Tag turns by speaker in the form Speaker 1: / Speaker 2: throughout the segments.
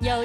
Speaker 1: 有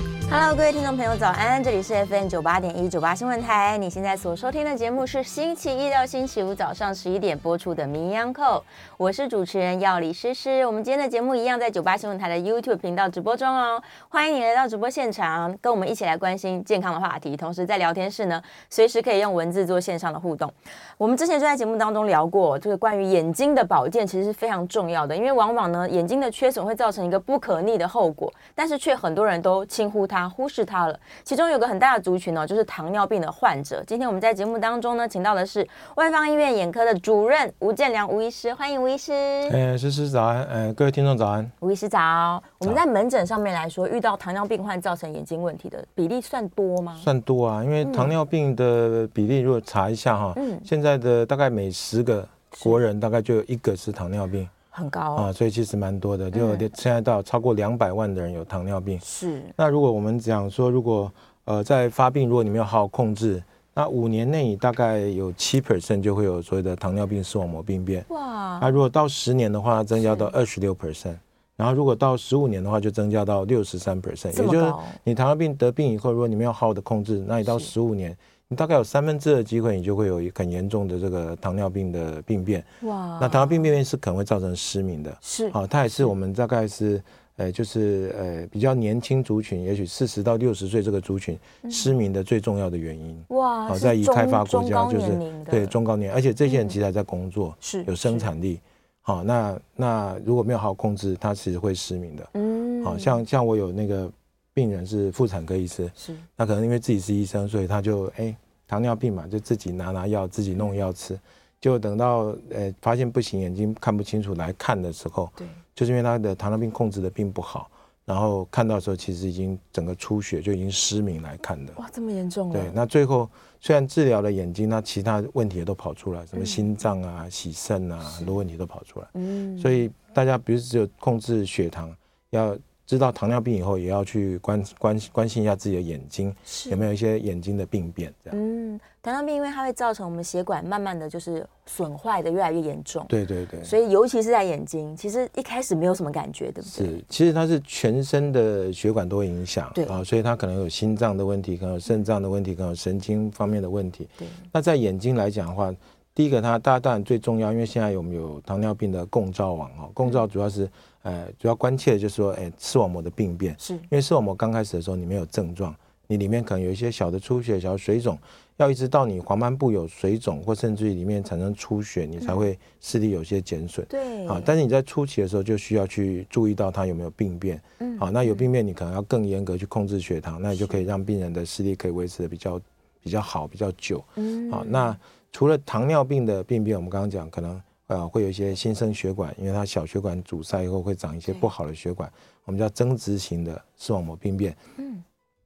Speaker 2: Hello，各位听众朋友，早安！这里是 FM 九八点一九八新闻台，你现在所收听的节目是星期一到星期五早上十一点播出的《名医央叩》，我是主持人药理诗诗。我们今天的节目一样在九八新闻台的 YouTube 频道直播中哦，欢迎你来到直播现场，跟我们一起来关心健康的话题，同时在聊天室呢，随时可以用文字做线上的互动。我们之前就在节目当中聊过，就是关于眼睛的保健其实是非常重要的，因为往往呢眼睛的缺损会造成一个不可逆的后果，但是却很多人都轻忽它、忽视它了。其中有个很大的族群呢、就是糖尿病的患者。今天我们在节目当中呢，请到的是外方医院眼科的主任吴建良吴医师，欢迎吴医师。
Speaker 3: 哎，诗诗早安，呃，各位听众早安。
Speaker 2: 吴医师早。我们在门诊上面来说，遇到糖尿病患造成眼睛问题的比例算多吗？
Speaker 3: 算多啊，因为糖尿病的比例如果查一下哈，
Speaker 2: 嗯
Speaker 3: 现在的大概每十个国人大概就有一个是糖尿病
Speaker 2: 很高、
Speaker 3: 啊，所以其实蛮多的，就有点现在到超过两百万的人有糖尿病。
Speaker 2: 是
Speaker 3: 那如果我们讲说，如果呃在发病，如果你没有好好控制，那五年内你大概有七 percent 就会有所谓的糖尿病视网膜病变。
Speaker 2: 哇，
Speaker 3: 那如果到十年的话，增加到二十六 percent，然后如果到十五年的话，就增加到六十三 percent，
Speaker 2: 这
Speaker 3: 也
Speaker 2: 么高
Speaker 3: 就是你糖尿病得病以后，如果你没有好好的控制，那你到十五年，你大概有三分之二的机会，你就会有一很严重的这个糖尿病的病变。
Speaker 2: 哇，
Speaker 3: 那糖尿病病变是可能会造成失明的，
Speaker 2: 啊是
Speaker 3: 好、它也是我们大概是。呃，就是呃，比较年轻族群，也许四十到六十岁这个族群失明的最重要的原因。
Speaker 2: 嗯哇，
Speaker 3: 好，
Speaker 2: 是
Speaker 3: 在已开发
Speaker 2: 中
Speaker 3: 国家
Speaker 2: 中高
Speaker 3: 就
Speaker 2: 年
Speaker 3: 是
Speaker 2: 龄的嗯
Speaker 3: 对中高年，而且这些人其实还在工作，
Speaker 2: 是
Speaker 3: 有生，产力。好，那那如果没有好好控制，他其实会失明的。
Speaker 2: 是嗯
Speaker 3: 好像像我有那个病人是妇产科医师，
Speaker 2: 是
Speaker 3: 那可能因为自己是医生，所以他就哎、糖尿病嘛，就自己拿拿药，自己弄药吃。就等到呃发现不行，眼睛看不清楚来看的时候，
Speaker 2: 对，
Speaker 3: 就是因为他的糖尿病控制的并不好，然后看到的时候其实已经整个出血，就已经失明来看的。
Speaker 2: 哇，这么严重啊
Speaker 3: 对，
Speaker 2: 了，
Speaker 3: 那最后虽然治疗了眼睛，那其他问题也都跑出来，什么心脏啊、洗肾啊，很多问题都跑出来。
Speaker 2: 嗯
Speaker 3: 所以大家不是只有控制血糖，要知道糖尿病以后，也要去关关关心一下自己的眼睛
Speaker 2: 是
Speaker 3: 有没有一些眼睛的病变，这样。
Speaker 2: 嗯，糖尿病因为它会造成我们血管慢慢的就是损坏的越来越严重，
Speaker 3: 对对对，
Speaker 2: 所以尤其是在眼睛，其实一开始没有什么感觉，对不对？
Speaker 3: 是，其实它是全身的血管都会影响，
Speaker 2: 对
Speaker 3: 啊，所以它可能有心脏的问题，可能有肾脏的问题，可能有神经方面的问题。
Speaker 2: 对，
Speaker 3: 那在眼睛来讲的话，第一个它大当然最重要，因为现在我们有糖尿病的共照网
Speaker 2: 嗯
Speaker 3: 哦，共照主要是、呃主要关切的就是说，哎、视网膜的病变，
Speaker 2: 是
Speaker 3: 因为视网膜刚开始的时候你没有症状，你里面可能有一些小的出血、小的水肿，要一直到你黄斑部有水肿或甚至于里面产生出血，你才会视力有些减损。
Speaker 2: 嗯对，
Speaker 3: 啊，但是你在初期的时候就需要去注意到它有没有病变，
Speaker 2: 嗯
Speaker 3: 好，那有病变你可能要更严格去控制血糖，那你就可以让病人的视力可以维持的比较比较好、比较久。
Speaker 2: 嗯
Speaker 3: 好，那除了糖尿病的病变，我们刚刚讲可能呃会有一些新生血管，因为它小血管阻塞以后会长一些
Speaker 2: 对
Speaker 3: 不好的血管，我们叫增殖型的视网膜病变。
Speaker 2: 嗯，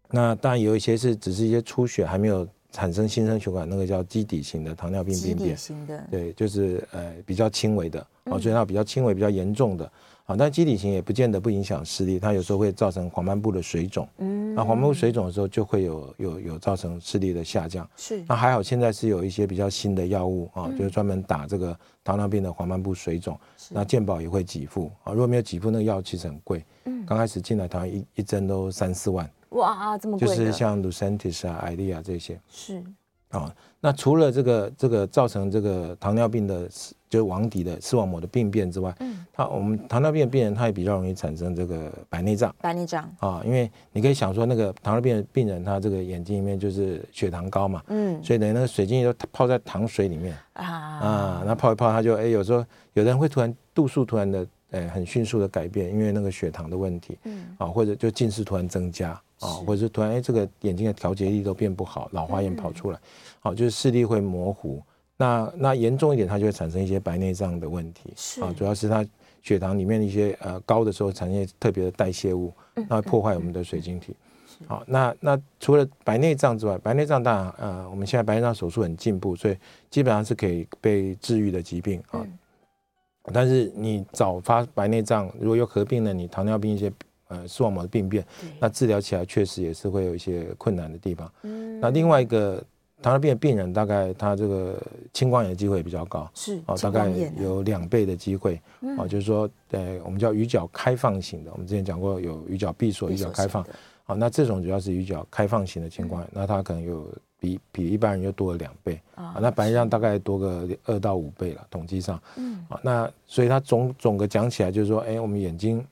Speaker 3: 那当然有一些是只是一些出血，还没有产生新生血管，那个叫基底型的糖尿病
Speaker 2: 肌
Speaker 3: 病
Speaker 2: 底
Speaker 3: 变。
Speaker 2: 型的，嗯
Speaker 3: 对，就是呃比较轻微的，哦，所以它比较轻微、比较严重的，啊，但基底型也不见得不影响视力，它有时候会造成黄斑部的水肿，
Speaker 2: 嗯
Speaker 3: 那黄斑部水肿的时候就会有有有造成视力的下降。
Speaker 2: 是
Speaker 3: 那还好，现在是有一些比较新的药物啊，
Speaker 2: 嗯
Speaker 3: 就是专门打这个糖尿病的黄斑部水肿，那健保也会给付啊，如果没有给付，那个药其实很贵，
Speaker 2: 嗯
Speaker 3: 刚开始进来台湾一一针都三四万，
Speaker 2: 哇，啊这么
Speaker 3: 就
Speaker 2: 贵
Speaker 3: 是
Speaker 2: 的，
Speaker 3: 像 Lucentis 啊、艾利啊这些。
Speaker 2: 是
Speaker 3: 哦，那除了这个这个造成这个糖尿病的视，就是网底的视网膜的病变之外，嗯，它我们糖尿病的病人他也比较容易产生这个白内障
Speaker 2: 白内障，
Speaker 3: 啊、因为你可以想说那个糖尿病的病人他这个眼睛里面就是血糖高嘛，
Speaker 2: 嗯
Speaker 3: 所以等于那个水晶都泡在糖水里面
Speaker 2: 啊，
Speaker 3: 啊，那泡一泡他就哎有时候有的人会突然度数突然的。呃很迅速的改变，因为那个血糖的问题，
Speaker 2: 嗯
Speaker 3: 啊，或者就近视突然增加
Speaker 2: 是
Speaker 3: 啊，或者是突然哎这个眼睛的调节力都变不好，老花眼跑出来，
Speaker 2: 嗯
Speaker 3: 好、就是视力会模糊。那那严重一点，它就会产生一些白内障的问题，
Speaker 2: 是
Speaker 3: 啊，主要是它血糖里面一些呃高的时候产生一些特别的代谢物，那会破坏我们的水晶体。好，那那除了白内障之外，白内障当然呃，我们现在白内障手术很进步，所以基本上是可以被治愈的疾病啊。
Speaker 2: 嗯
Speaker 3: 但是你早发白内障，如果又合并了你糖尿病一些呃视网膜的病变，那治疗起来确实也是会有一些困难的地方。
Speaker 2: 嗯
Speaker 3: 那另外一个糖尿病的病人，大概他这个青光眼的机会也比较高。
Speaker 2: 是
Speaker 3: 哦，大
Speaker 2: 青
Speaker 3: 概
Speaker 2: 光眼啊嗯
Speaker 3: 有两倍的机会哦，就是说，呃，我们叫鱼角开放型的，我们之前讲过有鱼角闭锁、鱼
Speaker 2: 闭
Speaker 3: 角
Speaker 2: 锁
Speaker 3: 开放
Speaker 2: 型，的啊嗯
Speaker 3: 好，那这种主要是鱼角开放型的情况，那它可能有比比一般人又多了两倍
Speaker 2: 哦
Speaker 3: 啊，那白内障大概多个二到五倍了，统计上，
Speaker 2: 嗯
Speaker 3: 啊，那所以它总总的讲起来就是说，哎，我们眼睛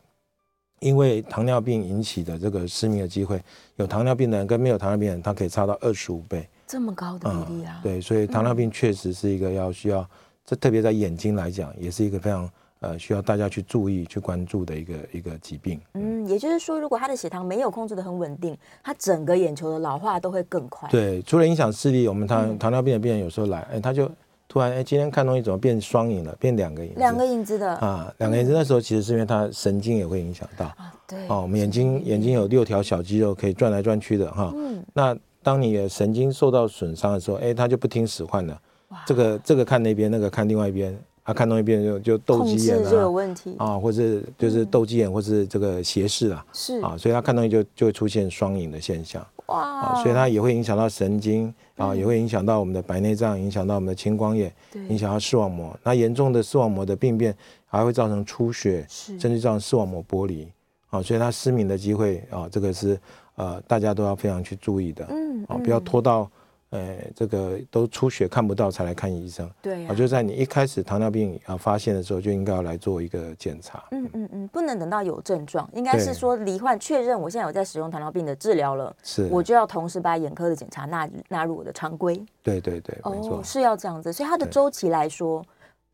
Speaker 3: 因为糖尿病引起的这个失明的机会，有糖尿病的人跟没有糖尿病的人，它可以差到二十五倍，
Speaker 2: 这么高的比例啊，
Speaker 3: 嗯对，所以糖尿病确实是一个要需要，这特别在眼睛来讲，也是一个非常呃需要大家去注意、去关注的一个一个疾病。
Speaker 2: 嗯，也就是说，如果他的血糖没有控制的很稳定，他整个眼球的老化都会更快。，
Speaker 3: 对，除了影响视力，我们
Speaker 2: 嗯
Speaker 3: 糖糖尿病的病人有时候来，哎，他就突然哎，今天看东西怎么变双影了，变两个影子，
Speaker 2: 两个影子的
Speaker 3: 啊，两个影子。那时候其实是因为他神经也会影响到。
Speaker 2: 啊，对，
Speaker 3: 哦，我们眼睛眼睛有六条小肌肉可以转来转去的哈。
Speaker 2: 嗯
Speaker 3: 那当你的神经受到损伤的时候，哎，它就不听使唤了。这个这个看那边，那个看另外一边，啊，看东一边就就斗
Speaker 2: 控
Speaker 3: 鸡
Speaker 2: 制
Speaker 3: 眼
Speaker 2: 就有
Speaker 3: 啊，
Speaker 2: 问题，
Speaker 3: 啊，或者就是斗鸡眼，或是这个斜视啊，
Speaker 2: 是
Speaker 3: 啊，所以他看东西就就会出现双影的现象。啊，
Speaker 2: 嗯哇，嗯
Speaker 3: 所以它也会影响到神经啊，也会影响到我们的白内障，影响到我们的青光眼，
Speaker 2: 对
Speaker 3: 影响到视网膜。那严重的视网膜的病变还会造成出血，
Speaker 2: 是
Speaker 3: 甚至造成视网膜剥离啊，所以它失明的机会啊，这个是呃大家都要非常去注意的
Speaker 2: 嗯
Speaker 3: 啊，不要拖到呃这个都出血看不到才来看医生
Speaker 2: 对
Speaker 3: 啊，
Speaker 2: 呀，
Speaker 3: 就在你一开始糖尿病啊发现的时候就应该要来做一个检查。
Speaker 2: 嗯嗯嗯，不能等到有症状，应该是
Speaker 3: 对
Speaker 2: 说罹患确认我现在有在使用糖尿病的治疗了，
Speaker 3: 是，
Speaker 2: 我就要同时把眼科的检查纳纳入我的常规。
Speaker 3: 对对对，没错。
Speaker 2: 哦是要这样子，所以它的
Speaker 3: 对
Speaker 2: 周期来说，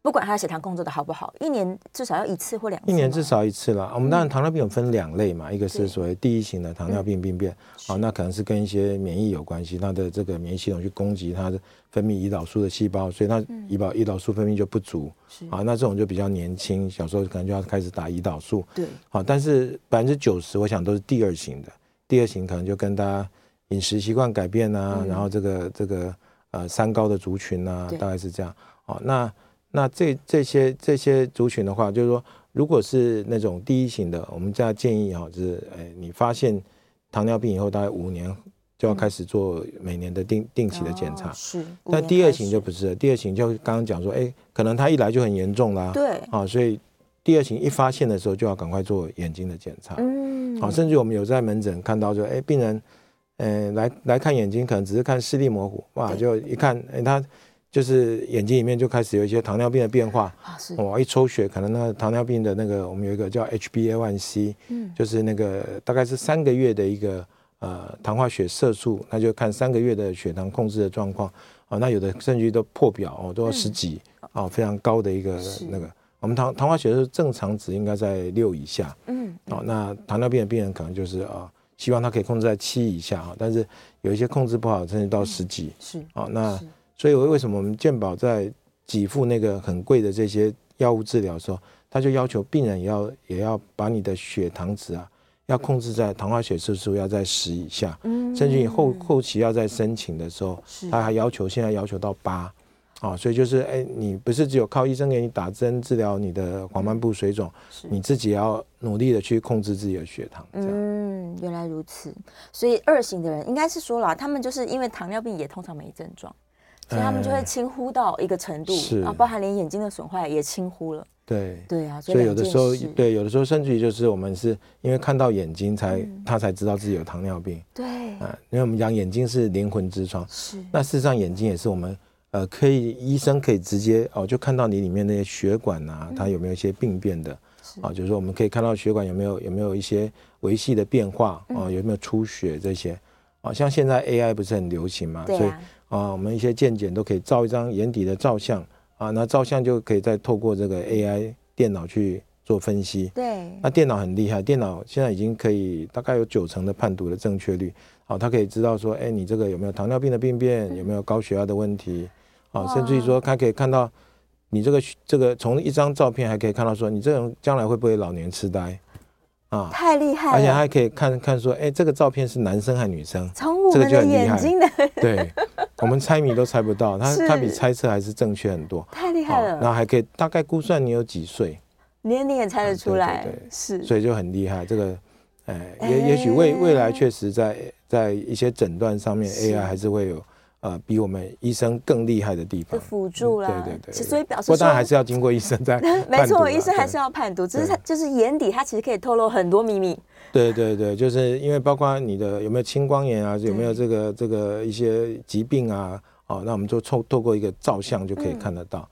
Speaker 2: 不管它的血糖控制的好不好，一年至少要一次或两次
Speaker 3: 一
Speaker 2: 吗，嗯
Speaker 3: 年至少一次啦。我们当然糖尿病有分两类嘛，一个是所谓第一型的糖尿病病变，
Speaker 2: 嗯
Speaker 3: 好、那可能是跟一些免疫有关系，它的这个免疫系统去攻击它的分泌胰岛素的细胞，所以它
Speaker 2: 嗯
Speaker 3: 胰岛胰岛素分泌就不足，
Speaker 2: 是
Speaker 3: 啊，那这种就比较年轻，小时候可能就要开始打胰岛素，
Speaker 2: 对，
Speaker 3: 好，但是百分之九十我想都是第二型的，第二型可能就跟大家饮食习惯改变啊，然后这个这个呃三高的族群啊
Speaker 2: 嗯对，
Speaker 3: 大概是这样。哦，那那这这些这些族群的话，就是说，如果是那种第一型的，我们这样建议哈、就是哎，你发现糖尿病以后，大概五年就要开始做每年的定定期的检查
Speaker 2: 嗯哦。是，五
Speaker 3: 但
Speaker 2: 年
Speaker 3: 第二
Speaker 2: 开
Speaker 3: 型
Speaker 2: 始
Speaker 3: 就不是了，第二型就刚刚讲说，哎，可能他一来就很严重啦，
Speaker 2: 对，
Speaker 3: 啊，所以第二型一发现的时候就要赶快做眼睛的检查。
Speaker 2: 嗯，
Speaker 3: 好，甚至我们有在门诊看到就，哎，病人，呃，来来看眼睛，可能只是看视力模糊，哇，就一看，哎，他就是眼睛里面就开始有一些糖尿病的变化。
Speaker 2: 啊是
Speaker 3: 哇、一抽血，可能那个糖尿病的那个，我们有一个叫 HbA1c，
Speaker 2: 嗯
Speaker 3: 就是那个大概是三个月的一个呃糖化血色素，那就看三个月的血糖控制的状况。哦，那有的甚至于都破表哦，都要十几、哦，非常高的一个
Speaker 2: 嗯是
Speaker 3: 那个。我们糖糖化血色素正常值应该在六以下，
Speaker 2: 嗯
Speaker 3: 哦，那糖尿病的病人可能就是啊、呃希望他可以控制在七以下啊、但是有一些控制不好，甚至到十几。
Speaker 2: 是
Speaker 3: 哦，那
Speaker 2: 是
Speaker 3: 所以为什么我们健保在给付那个很贵的这些药物治疗的时候，他就要求病人也要也要把你的血糖值啊，要控制在糖化血色素要在十以下，
Speaker 2: 嗯
Speaker 3: 甚至你后后期要在申请的时候
Speaker 2: 是，
Speaker 3: 他还要求现在要求到八。啊、所以就是，哎，你不是只有靠医生给你打针治疗你的黄斑部水肿，
Speaker 2: 是
Speaker 3: 你自己也要努力的去控制自己的血糖，这样。
Speaker 2: 嗯，原来如此。所以二型的人应该是说啦，他们就是因为糖尿病也通常没症状，所以他们就会
Speaker 3: 哎
Speaker 2: 轻忽到一个程度
Speaker 3: 是
Speaker 2: 啊，包含连眼睛的损坏也轻忽了。
Speaker 3: 对。
Speaker 2: 对啊，
Speaker 3: 所以有的
Speaker 2: 两
Speaker 3: 时候
Speaker 2: 件事，
Speaker 3: 对，有的时候甚至于就是我们是因为看到眼睛才、
Speaker 2: 嗯
Speaker 3: 他才知道自己有糖尿病
Speaker 2: 对
Speaker 3: 啊、因为我们讲眼睛是灵魂之窗，
Speaker 2: 是
Speaker 3: 那事实上眼睛也是我们呃可以医生可以直接哦就看到你里面那些血管啊，它有没有一些病变的
Speaker 2: 嗯是
Speaker 3: 啊、就是说我们可以看到血管有没有有没有一些维系的变化啊、
Speaker 2: 嗯
Speaker 3: 有没有出血这些啊、像现在 AI 不是很流行嘛，
Speaker 2: 对
Speaker 3: 所以
Speaker 2: 啊，
Speaker 3: 啊，我们一些健检都可以照一张眼底的照相啊，那照相就可以再透过这个 AI 电脑去做分析。
Speaker 2: 对，
Speaker 3: 那电脑很厉害，电脑现在已经可以大概有九成的判读的正确率，好、它可以知道说，哎，你这个有没有糖尿病的病变，有没有高血压的问题，啊、甚至于说它可以看到你这个这个从一张照片还可以看到说，你这种将来会不会老年痴呆啊？
Speaker 2: 太厉害了，
Speaker 3: 而且还可以看看说，哎，这个照片是男生还是女生？
Speaker 2: 从我
Speaker 3: 这个
Speaker 2: 们
Speaker 3: 就
Speaker 2: 的
Speaker 3: 很厉
Speaker 2: 眼
Speaker 3: 害
Speaker 2: 睛的
Speaker 3: 对，我们猜谜都猜不到，它
Speaker 2: 是
Speaker 3: 它比猜测还是正确很多。
Speaker 2: 太厉害
Speaker 3: 好，然后
Speaker 2: 了，
Speaker 3: 还可以大概估算你有几岁，
Speaker 2: 连你也猜得
Speaker 3: 嗯
Speaker 2: 出
Speaker 3: 对对
Speaker 2: 来
Speaker 3: 对，
Speaker 2: 是，
Speaker 3: 所以就很厉害。这个，呃，
Speaker 2: 哎
Speaker 3: 也也许未未来确实在在一些诊断上面
Speaker 2: 是
Speaker 3: ，AI 还是会有呃比我们医生更厉害的地
Speaker 2: 就
Speaker 3: 方。
Speaker 2: 辅助
Speaker 3: 嗯
Speaker 2: 啦，
Speaker 3: 对对对
Speaker 2: 其实所以表
Speaker 3: 不
Speaker 2: 示
Speaker 3: 过
Speaker 2: 说
Speaker 3: 当然还是要经过医生 在判读啦。
Speaker 2: 没错，医生还
Speaker 3: 对
Speaker 2: 是要判读，只是
Speaker 3: 对
Speaker 2: 他就是眼底，他其实可以透露很多秘密。
Speaker 3: 对对对，就是因为包括你的有没有青光眼啊，有没有
Speaker 2: 对
Speaker 3: 这个这个一些疾病啊，哦，那我们就透透过一个照相就可
Speaker 2: 嗯
Speaker 3: 以看得到，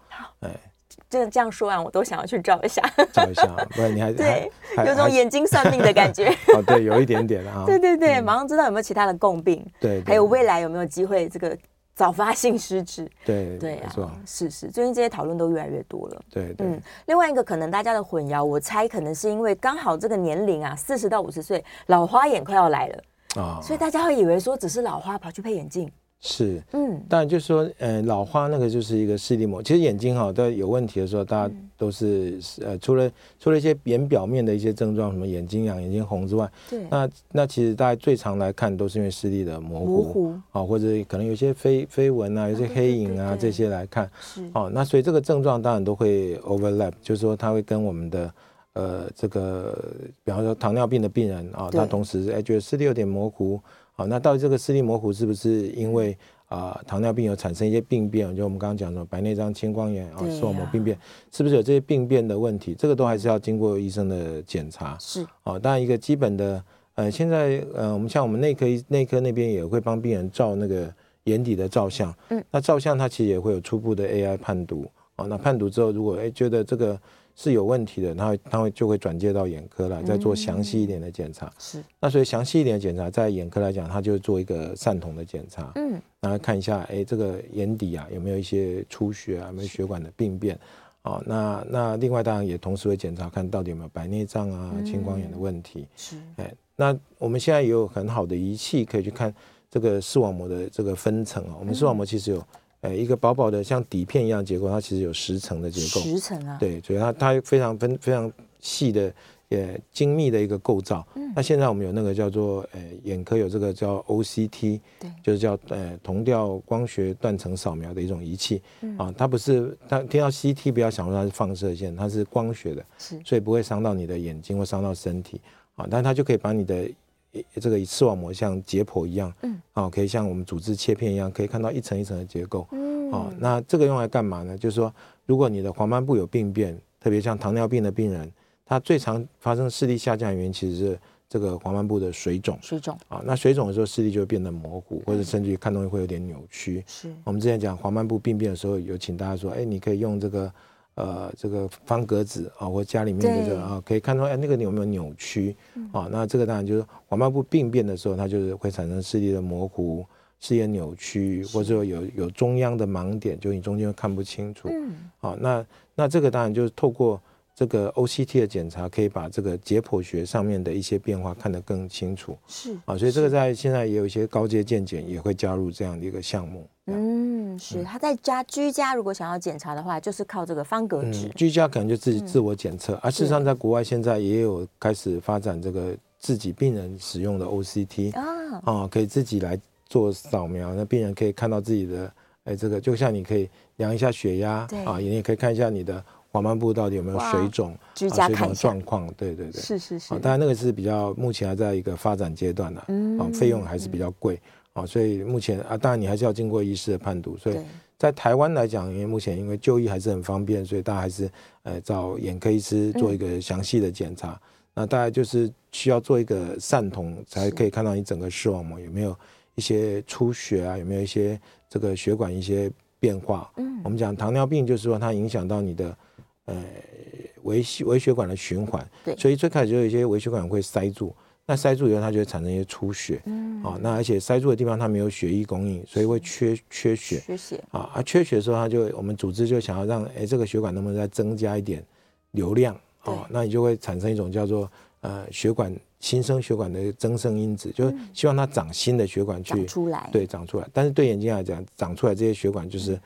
Speaker 2: 真的这样说完，我都想要去照一下，
Speaker 3: 照一 下，不然你还
Speaker 2: 对，
Speaker 3: 还
Speaker 2: 有种
Speaker 3: 还
Speaker 2: 眼睛算命的感 觉。
Speaker 3: 哦，对，有一点点 啊，
Speaker 2: 对对对，
Speaker 3: 嗯
Speaker 2: 马上知道有没有其他的共病，
Speaker 3: 对，对
Speaker 2: 还有未来有没有机会这个早发性失智。
Speaker 3: 对
Speaker 2: 对
Speaker 3: 没错
Speaker 2: 啊，，是是，最近这些讨论都越来越多了。
Speaker 3: 对对
Speaker 2: 嗯，另外一个可能大家的混淆，我猜可能是因为刚好这个年龄啊，四十到五十岁，老花眼快要来了，
Speaker 3: 啊，
Speaker 2: 所以大家会以为说只是老花跑去配眼镜。
Speaker 3: 是。
Speaker 2: 嗯，
Speaker 3: 当然就是说，呃，老花那个就是一个视力膜。其实眼睛哈，在有问题的时候，大家
Speaker 2: 嗯
Speaker 3: 都是呃，除了除了一些眼表面的一些症状，什么眼睛痒、眼睛红之外，
Speaker 2: 对，
Speaker 3: 那那其实大家最常来看都是因为视力的模糊，
Speaker 2: 模糊
Speaker 3: 哦，或者可能有些飞飞蚊啊，有些
Speaker 2: 对
Speaker 3: 黑影啊
Speaker 2: 对对对
Speaker 3: 这些来看，
Speaker 2: 是
Speaker 3: 哦，那所以这个症状当然都会 overlap，就是说它会跟我们的呃这个，比方说糖尿病的病人啊，
Speaker 2: 对
Speaker 3: 他同时哎觉得视力有点模糊，啊，那到底这个视力模糊是不是因为啊、糖尿病有产生一些病变？就我们刚刚讲什么白内障、青光眼啊
Speaker 2: 对、呀
Speaker 3: 视网膜病变，是不是有这些病变的问题？这个都还是要经过医生的检查。
Speaker 2: 是，
Speaker 3: 哦，当然一个基本的，呃，现在呃，我们像我们内科医内科那边也会帮病人照那个眼底的照相，
Speaker 2: 嗯，
Speaker 3: 那照相它其实也会有初步的 AI 判读，哦，那判读之后，如果哎、觉得这个是有问题的，它会它会就会转介到眼科来，再做详细一
Speaker 2: 嗯
Speaker 3: 点的检查。
Speaker 2: 是，
Speaker 3: 那所以详细一点的检查，在眼科来讲，它就做一个散瞳的检查，
Speaker 2: 嗯，
Speaker 3: 然后看一下，哎，这个眼底啊有没有一些出血啊，有没有血管的病变。哦，那那另外当然也同时会检查看到底有没有白内障啊、青光眼的问题。
Speaker 2: 是，
Speaker 3: 哎，那我们现在也有很好的仪器可以去看这个视网膜的这个分层啊。我们视网膜其实有，呃，一个薄薄的像底片一样的结构，它其实有十层的结构。
Speaker 2: 十层啊，
Speaker 3: 对，所以它它非常分非常细的呃精密的一个构造。
Speaker 2: 嗯
Speaker 3: 那现在我们有那个叫做呃眼科有这个叫 OCT，
Speaker 2: 对
Speaker 3: 就是叫呃同调光学断层扫描的一种仪器、
Speaker 2: 嗯
Speaker 3: 啊，它不是它听到 CT 不要想说它是放射线，它是光学的，
Speaker 2: 是
Speaker 3: 所以不会伤到你的眼睛或伤到身体啊，但它就可以把你的。呃这个视网膜像解剖一样，嗯，啊，可以像我们组织切片一样，可以看到一层一层的结构，嗯，哦，那这个用来干嘛呢？就是说，如果你的黄斑部有病变，特别像糖尿病的病人，他最常发生视力下降的原因其实是这个黄斑部的水肿
Speaker 2: 水肿
Speaker 3: 啊。那水肿的时候，视力就会变得模糊，或者甚至于看东西会有点扭曲。
Speaker 2: 是，
Speaker 3: 我们之前讲黄斑部病变的时候，有请大家说，哎，你可以用这个呃这个方格子啊，或家里面的这
Speaker 2: 对嗯
Speaker 3: 个啊，可以看出哎那个有没有扭曲啊。那这个当然就是黄斑部病变的时候，它就是会产生视力的模糊。视野扭曲，或者说有有中央的盲点，就你中间看不清楚。
Speaker 2: 嗯，
Speaker 3: 好、那那这个当然就是透过这个 OCT 的检查，可以把这个解剖学上面的一些变化看得更清楚
Speaker 2: 是，
Speaker 3: 啊、所以这个在现在也有一些高阶健检也会加入这样的一个项目。
Speaker 2: 嗯，是。他在家居家如果想要检查的话，就是靠这个方格纸
Speaker 3: 嗯，，居家可能就自己自我检测，啊而、事实上在国外现在也有开始发展这个自己病人使用的 OCT 啊、
Speaker 2: 啊，
Speaker 3: 可以自己来做扫描，那病人可以看到自己的，哎，这个就像你可以量一下血压
Speaker 2: 对
Speaker 3: 啊，你也可以看一下你的黄斑部到底有没有
Speaker 2: 哇
Speaker 3: 水肿，
Speaker 2: 居
Speaker 3: 啊
Speaker 2: 家
Speaker 3: 水肿
Speaker 2: 看一
Speaker 3: 的
Speaker 2: 下，
Speaker 3: 状况，对对对。
Speaker 2: 是是是
Speaker 3: 啊，，当然那个是比较目前还在一个发展阶段的、啊，
Speaker 2: 嗯
Speaker 3: 费用还是比较贵啊，所以目前啊，当然你还是要经过医师的判读，所以
Speaker 2: 对
Speaker 3: 在台湾来讲，因为目前因为就医还是很方便，所以大家还是呃找眼科医师做一个详细的检查。那大概就是需要做一个散瞳，才可以看到你整个视网膜有没有一些出血啊，有没有一些这个血管一些变化。嗯，我们讲糖尿病就是说它影响到你的呃微细微血管的循环，
Speaker 2: 对
Speaker 3: 所以最开始就有一些微血管会塞住，那塞住以后它就会产生一些出血，嗯，哦，那而且塞住的地方它没有血液供应，所以会缺缺血，
Speaker 2: 缺血
Speaker 3: 啊啊，缺血的时候，它就我们组织就想要让哎这个血管能不能再增加一点流量啊，哦，那你就会产生一种叫做呃血管新生血管的增生因子，就是希望它长新的血管去
Speaker 2: 嗯长出来嗯
Speaker 3: 对，长出来。但是对眼睛来讲，长出来这些血管就是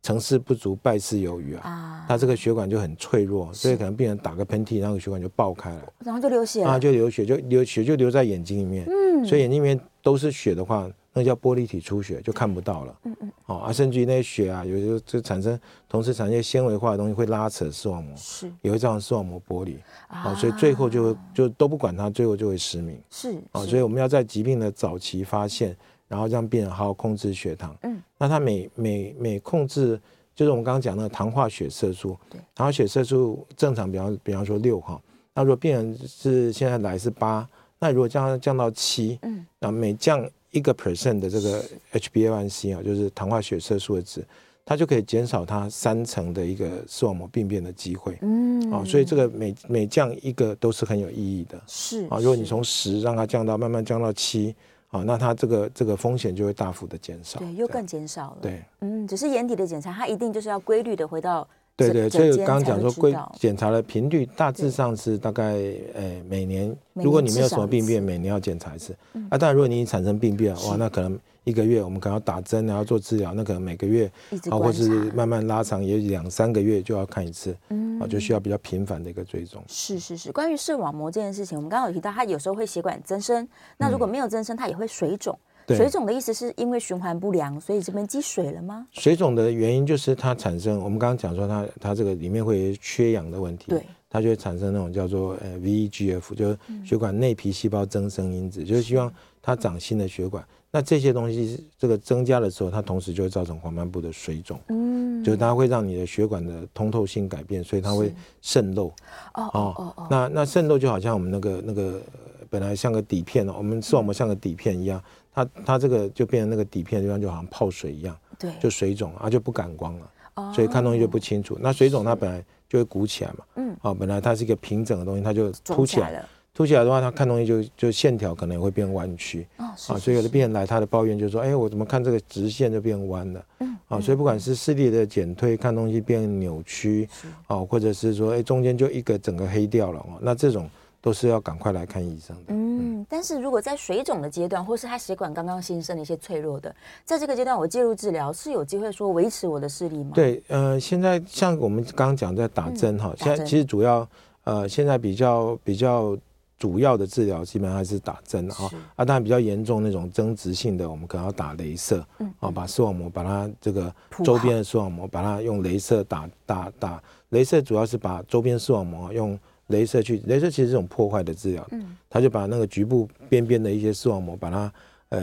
Speaker 3: 成事不足败事有余啊，
Speaker 2: 啊，
Speaker 3: 它这个血管就很脆弱，所以可能病人打个喷嚏，然后血管就爆开了，
Speaker 2: 然后就流血
Speaker 3: 然后
Speaker 2: 了，
Speaker 3: 啊就流血，就流血就流在眼睛里面。
Speaker 2: 嗯，
Speaker 3: 所以眼睛里面都是血的话，那叫玻璃体出血，就看不到了。嗯嗯。哦，啊，甚至于那些血啊，有时候就产生同时产生一些纤维化的东西，会拉扯视网膜，
Speaker 2: 是
Speaker 3: 也会造成视网膜剥离。哦，所以最后就会就都不管它，最后就会失明。
Speaker 2: 是
Speaker 3: 哦，
Speaker 2: 是
Speaker 3: 所以我们要在疾病的早期发现，然后让病人好好控制血糖。
Speaker 2: 嗯，
Speaker 3: 那他每每每控制，就是我们刚刚讲那个糖化血色素，
Speaker 2: 对，
Speaker 3: 糖化血色素正常，比方比方说六哈，那如果病人是现在来是八，那如果降到降到七，
Speaker 2: 嗯，
Speaker 3: 那每降一个 percent 的这个 HbA1c 啊，就是糖化血色素的值，它就可以减少它三成的一个视网膜病变的机会。
Speaker 2: 嗯
Speaker 3: 哦，所以这个每每降一个都是很有意义的。
Speaker 2: 是
Speaker 3: 啊，如果你
Speaker 2: 是
Speaker 3: 从十让它降到慢慢降到七，啊，那它这个这个风险就会大幅的减少。
Speaker 2: 对又
Speaker 3: 这样
Speaker 2: 更减少了，，
Speaker 3: 对
Speaker 2: 嗯，只是眼底的检查，它一定就是要规律的回到
Speaker 3: 对
Speaker 2: 诊诊
Speaker 3: 对，所以我
Speaker 2: 间
Speaker 3: 刚刚
Speaker 2: 才
Speaker 3: 讲
Speaker 2: 会
Speaker 3: 说
Speaker 2: 知
Speaker 3: 规
Speaker 2: 道
Speaker 3: 检查的频率大
Speaker 2: 对
Speaker 3: 致上是大概呃每年，
Speaker 2: 每
Speaker 3: 如果
Speaker 2: 年
Speaker 3: 你
Speaker 2: 至
Speaker 3: 没有
Speaker 2: 少
Speaker 3: 什么
Speaker 2: 一
Speaker 3: 病变，
Speaker 2: 次嗯
Speaker 3: 每年要检查一次。啊，当然如果你已经产生病变了，哇，那可能一个月我们可能要打针啊，要做治疗，那可能每个月
Speaker 2: 一直
Speaker 3: 啊，或
Speaker 2: 观察嗯
Speaker 3: 是慢慢拉长，也许两三个月就要看一次，啊，就需要比较频繁的一个追踪。
Speaker 2: 是是是，关于视网膜这件事情，我们刚刚有提到，它有时候会血管增生，那如果没有增生，它也会水肿。
Speaker 3: 嗯对
Speaker 2: 水肿的意思是因为循环不良，所以这边积水了吗？
Speaker 3: 水肿的原因就是它产生，我们刚刚讲说它它这个里面会有缺氧的问题，
Speaker 2: 对，
Speaker 3: 它就会产生那种叫做呃 VEGF，就是
Speaker 2: 嗯
Speaker 3: 血管内皮细胞增生因子，就是希望它长新的血管。那这些东西这个增加的时候，它同时就会造成黄斑部的水肿，
Speaker 2: 嗯，
Speaker 3: 就是它会让你的血管的通透性改变，所以它会渗漏。
Speaker 2: 哦
Speaker 3: 哦
Speaker 2: 哦哦哦，
Speaker 3: 那那渗漏就好像我们那个那个呃本来像个底片哦，我们视网膜像个底片一样，它它这个就变成那个底片的地方就好像泡水一样。
Speaker 2: 对，
Speaker 3: 就水肿啊，就不感光了，
Speaker 2: 哦
Speaker 3: 所以看东西就不清楚。那水肿它本来就会鼓起来嘛，
Speaker 2: 嗯，
Speaker 3: 啊，本来它是一个平整的东西，它就
Speaker 2: 肿
Speaker 3: 凸起来，
Speaker 2: 了。
Speaker 3: 凸起来的话，它看东西就就线条可能也会变弯曲
Speaker 2: 哦，
Speaker 3: 啊，
Speaker 2: 是
Speaker 3: 所以有的病人来他的抱怨就是说，哎，我怎么看这个直线就变弯了，嗯，啊，所以不管是视力的减退，看东西变扭曲，啊，或者是说，哎，中间就一个整个黑掉了哦，那这种都是要赶快来看医生的。
Speaker 2: 嗯，但是如果在水肿的阶段，或是它血管刚刚新生的一些脆弱的，在这个阶段我介入治疗，是有机会说维持我的视力吗？，嗯
Speaker 3: 对，呃，现在像我们刚刚讲在打针哈，
Speaker 2: 打
Speaker 3: 现在
Speaker 2: 针
Speaker 3: 其实主要呃，现在比较比较主要的治疗基本上还是打针哈
Speaker 2: 是
Speaker 3: 啊，当然比较严重那种增殖性的，我们可能要打镭射，嗯，啊，把视网膜把它这个
Speaker 2: 铺
Speaker 3: 周
Speaker 2: 好
Speaker 3: 边的视网膜把它用镭射打打打，镭射主要是把周边视网膜啊用。镭射去，镭射其实是一种破坏的治疗，嗯，它就把那个局部边边的一些视网膜，把它呃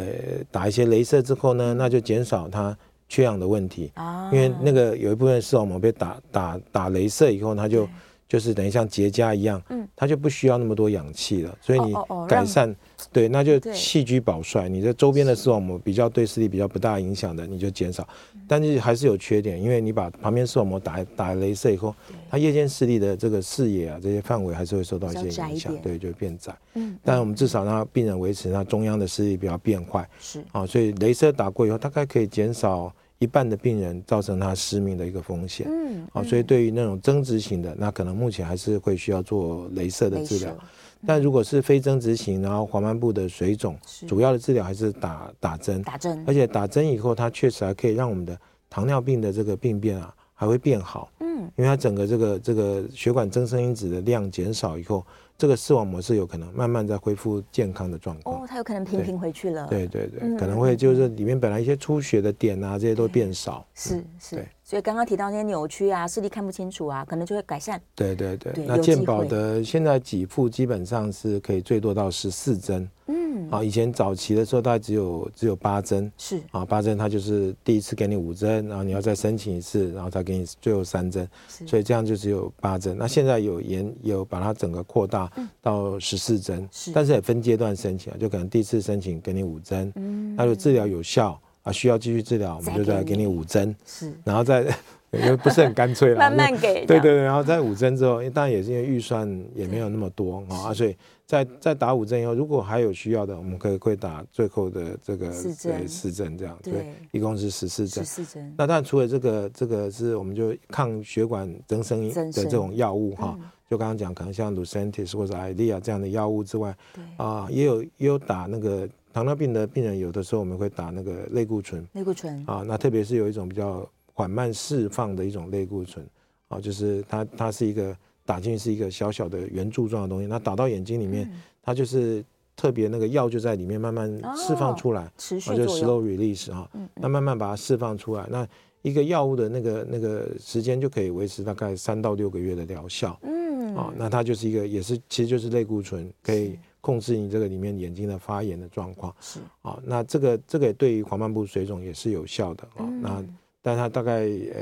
Speaker 3: 打一些镭射之后呢，那就减少它缺氧的问题，
Speaker 2: 啊，
Speaker 3: 因为那个有一部分视网膜被打打打镭射以后，它就就是等于像结痂一样，
Speaker 2: 嗯
Speaker 3: 它就不需要那么多氧气了，所以你
Speaker 2: 哦哦哦
Speaker 3: 改
Speaker 2: 让
Speaker 3: 善，对，那就
Speaker 2: 对
Speaker 3: 气居保衰，你的周边的视网膜比较对视力比较不大影响的，你就减少，
Speaker 2: 嗯
Speaker 3: 但是还是有缺点，因为你把旁边视网膜打打镭射以后，它夜间视力的这个视野啊这些范围还是会受到一
Speaker 2: 比较
Speaker 3: 些
Speaker 2: 窄
Speaker 3: 影
Speaker 2: 一
Speaker 3: 响，
Speaker 2: 点
Speaker 3: 对，就会变窄。
Speaker 2: 嗯，
Speaker 3: 但我们至少让病人维持他中央的视力不要变坏，
Speaker 2: 是
Speaker 3: 啊、所以镭射打过以后，大概可以减少一半的病人造成他失明的一个风险。
Speaker 2: 嗯，
Speaker 3: 啊、所以对于那种增殖型的，那可能目前还是会需要做镭射的
Speaker 2: 镭
Speaker 3: 治
Speaker 2: 射。
Speaker 3: 疗
Speaker 2: 嗯
Speaker 3: 但如果是非增殖型，然后黄斑部的水肿
Speaker 2: 是，
Speaker 3: 主要的治疗还是打打针，
Speaker 2: 打针
Speaker 3: 而且打针以后，它确实还可以让我们的糖尿病的这个病变啊，还会变好。
Speaker 2: 嗯，
Speaker 3: 因为它整个这个这个血管增生因子的量减少以后，这个视网膜是有可能慢慢在恢复健康的状况。
Speaker 2: 哦，它有可能平
Speaker 3: 嗯对
Speaker 2: 平回去了。
Speaker 3: 对对对，
Speaker 2: 嗯嗯
Speaker 3: 可能会就是里面本来一些出血的点啊，这些都变少。
Speaker 2: 是是
Speaker 3: 嗯对，
Speaker 2: 所以刚刚提到那些扭曲啊，视力看不清楚啊，可能就会改善。
Speaker 3: 对对对，
Speaker 2: 对
Speaker 3: 那
Speaker 2: 有机
Speaker 3: 健保
Speaker 2: 会
Speaker 3: 的现在给付基本上是可以最多到十四针
Speaker 2: 嗯，
Speaker 3: 啊，以前早期的时候大概只有只有八针
Speaker 2: 是
Speaker 3: 啊，八针它就是第一次给你五针，然后你要再申请一次，然后再给你最后三针，
Speaker 2: 是
Speaker 3: 所以这样就只有八针。那现在有延有把它整个扩大到十四针，
Speaker 2: 嗯是
Speaker 3: 但是也分阶段申请啊，就可能第一次申请给你五针，
Speaker 2: 嗯
Speaker 3: 那就治疗有效啊，需要继续治疗我们
Speaker 2: 再
Speaker 3: 就再
Speaker 2: 给
Speaker 3: 给你
Speaker 2: 你
Speaker 3: 五针。
Speaker 2: 是
Speaker 3: 然后再 对，因为不是很干脆啦，
Speaker 2: 嗯慢慢
Speaker 3: 因为
Speaker 2: 给啊
Speaker 3: 对对
Speaker 2: 这
Speaker 3: 对，然后在五针之后，因为当然也是因为预算也没有那么多啊，啊所以在在打五针以后，如果还有需要的，我们可以会打最后的这个
Speaker 2: 四针
Speaker 3: 对四针这样，
Speaker 2: 对
Speaker 3: 对，一共是十四针
Speaker 2: 十。四针，
Speaker 3: 那当然除了这个，这个是我们就抗血管增生
Speaker 2: 增
Speaker 3: 的
Speaker 2: 生嗯
Speaker 3: 这种药物哈，就刚刚讲可能像 Lucentis 或者 Idea 这样的药物之外，
Speaker 2: 对，
Speaker 3: 啊，也有也有打那个糖尿病的病人，有的时候我们会打那个类固醇
Speaker 2: 类固醇，
Speaker 3: 啊，那特别是有一种比较缓慢释放的一种类固醇啊，就是它它是一个打进去是一个小小的圆柱状的东西，那打到眼睛里面，
Speaker 2: 嗯
Speaker 3: 它就是特别那个药就在里面慢慢释
Speaker 2: 哦
Speaker 3: 放出来，
Speaker 2: 持续
Speaker 3: 啊，就
Speaker 2: 作
Speaker 3: slow
Speaker 2: 用，嗯
Speaker 3: release 啊，那慢慢把它释放出来，那一个药物的那个那个时间就可以维持大概三到六个月的疗效。
Speaker 2: 嗯
Speaker 3: 哦，那它就是一个，也是其实就是类固醇，可以控制你这个里面眼睛的发炎的状况。
Speaker 2: 是
Speaker 3: 哦，那这个这个对于黄斑部水肿也是有效的哦。
Speaker 2: 嗯
Speaker 3: 那但它大概呃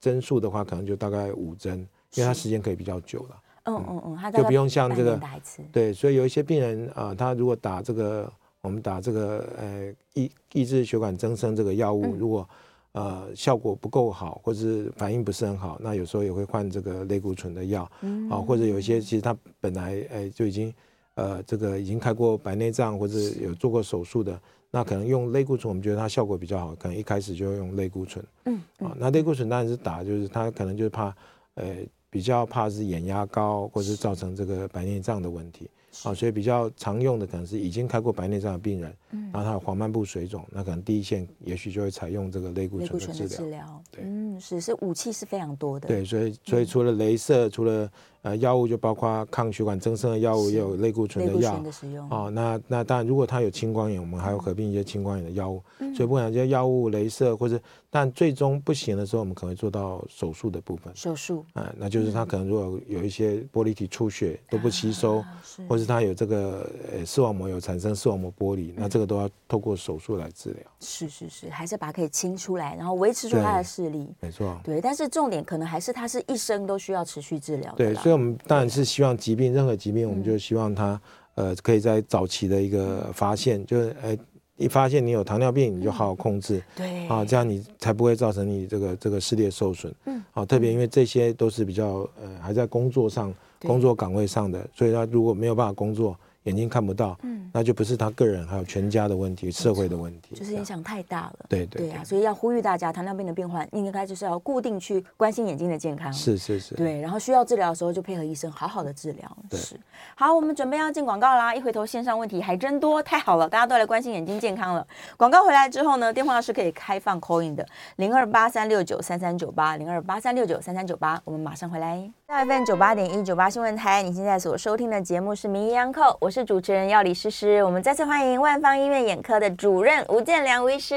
Speaker 3: 针数的话，可能就大概五针，因为它时间可以比较久了。
Speaker 2: 嗯嗯嗯，它
Speaker 3: 就不用像这个
Speaker 2: 打一次，
Speaker 3: 对，所以有一些病人啊、呃他如果打这个我们打这个呃抑抑制血管增生这个药物，如果呃效果不够好，或是反应不是很好，那有时候也会换这个类固醇的药，啊、或者有一些其实他本来呃就已经呃这个已经开过白内障或者有做过手术的。那可能用类固醇，我们觉得它效果比较好，可能一开始就用类固醇。
Speaker 2: 嗯
Speaker 3: 啊，那类固醇当然是打，就是它可能就是怕，呃，比较怕是眼压高，或是造成这个白内障的问题。啊，所以比较常用的可能是已经开过白内障的病人，
Speaker 2: 嗯
Speaker 3: 然后他有黄斑部水肿，那可能第一线也许就会采用这个类固
Speaker 2: 类固
Speaker 3: 醇的
Speaker 2: 醇
Speaker 3: 治
Speaker 2: 的
Speaker 3: 疗
Speaker 2: 治。疗，
Speaker 3: 对
Speaker 2: 嗯，是是武器是非常多的，
Speaker 3: 对，所以
Speaker 2: 嗯
Speaker 3: 所以除了镭射，除了呃药物，就包括抗血管增生的药物，也有类固醇
Speaker 2: 类
Speaker 3: 的
Speaker 2: 固
Speaker 3: 药
Speaker 2: 醇。的使用，
Speaker 3: 哦，那那当然，如果他有青光眼，我们还有合并一些青光眼的药物，所以不管这些药物、镭射，或者但最终不行的时候，我们可能会做到手术的部分。
Speaker 2: 手术
Speaker 3: 啊，那就是他可能如果有一些玻璃体出血都不吸收，
Speaker 2: 是
Speaker 3: 啊或是他有这个呃视网膜有产生视网膜剥离，那这个都要透过手术来治疗。
Speaker 2: 是是是，还是把它可以清出来，然后维持住
Speaker 3: 对
Speaker 2: 他的视力。
Speaker 3: 没错，
Speaker 2: 对，但是重点可能还是他是一生都需要持续治疗的
Speaker 3: 对，嗯
Speaker 2: 啦
Speaker 3: 所以我们当然是希望疾病任何疾病，我们就希望它呃可以在早期的一个发现，就是呃一发现你有糖尿病，你就好好控制。
Speaker 2: 对
Speaker 3: 啊，这样你才不会造成你这个这个视力的受损。嗯，啊，特别因为这些都是比较呃还在工作上、
Speaker 2: 对
Speaker 3: 工作岗位上的，所以他如果没有办法工作，眼睛看不到，嗯，那就不是他个人，还有全家的问题、社会的问题，
Speaker 2: 嗯就是
Speaker 3: 这
Speaker 2: 影
Speaker 3: 样
Speaker 2: 响太大了。
Speaker 3: 对对
Speaker 2: 对啊，所以要呼吁大家，糖尿病的病患应该就是要固定去关心眼睛的健康。。
Speaker 3: 是是是，
Speaker 2: 对，然后需要治疗的时候就配合医生好好的治疗。
Speaker 3: 对
Speaker 2: 是，好，我们准备要进广告啦！一回头线上问题还真多，太好了，大家都来关心眼睛健康了。广告回来之后呢，电话是可以开放 call in 的，零二八三六九三三九八，零二八三六九三三九八，我们马上回来。大 FM 九八点一九八新闻台，你现在所收听的节目是《名医央叩》，我是主持人药理诗诗。我们再次欢迎万方医院眼科的主任吴建良吴医师。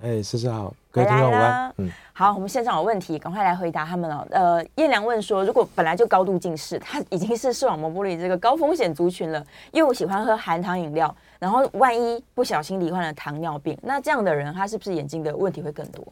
Speaker 3: 哎，思思好，各位听众午安，嗯，
Speaker 2: 好，我们线上有问题，赶快来回答他们了。呃，燕良问说，如果本来就高度近视，他已经是视网膜玻璃这个高风险族群了，又喜欢喝含糖饮料，然后万一不小心罹患了糖尿病，那这样的人他是不是眼睛的问题会更多？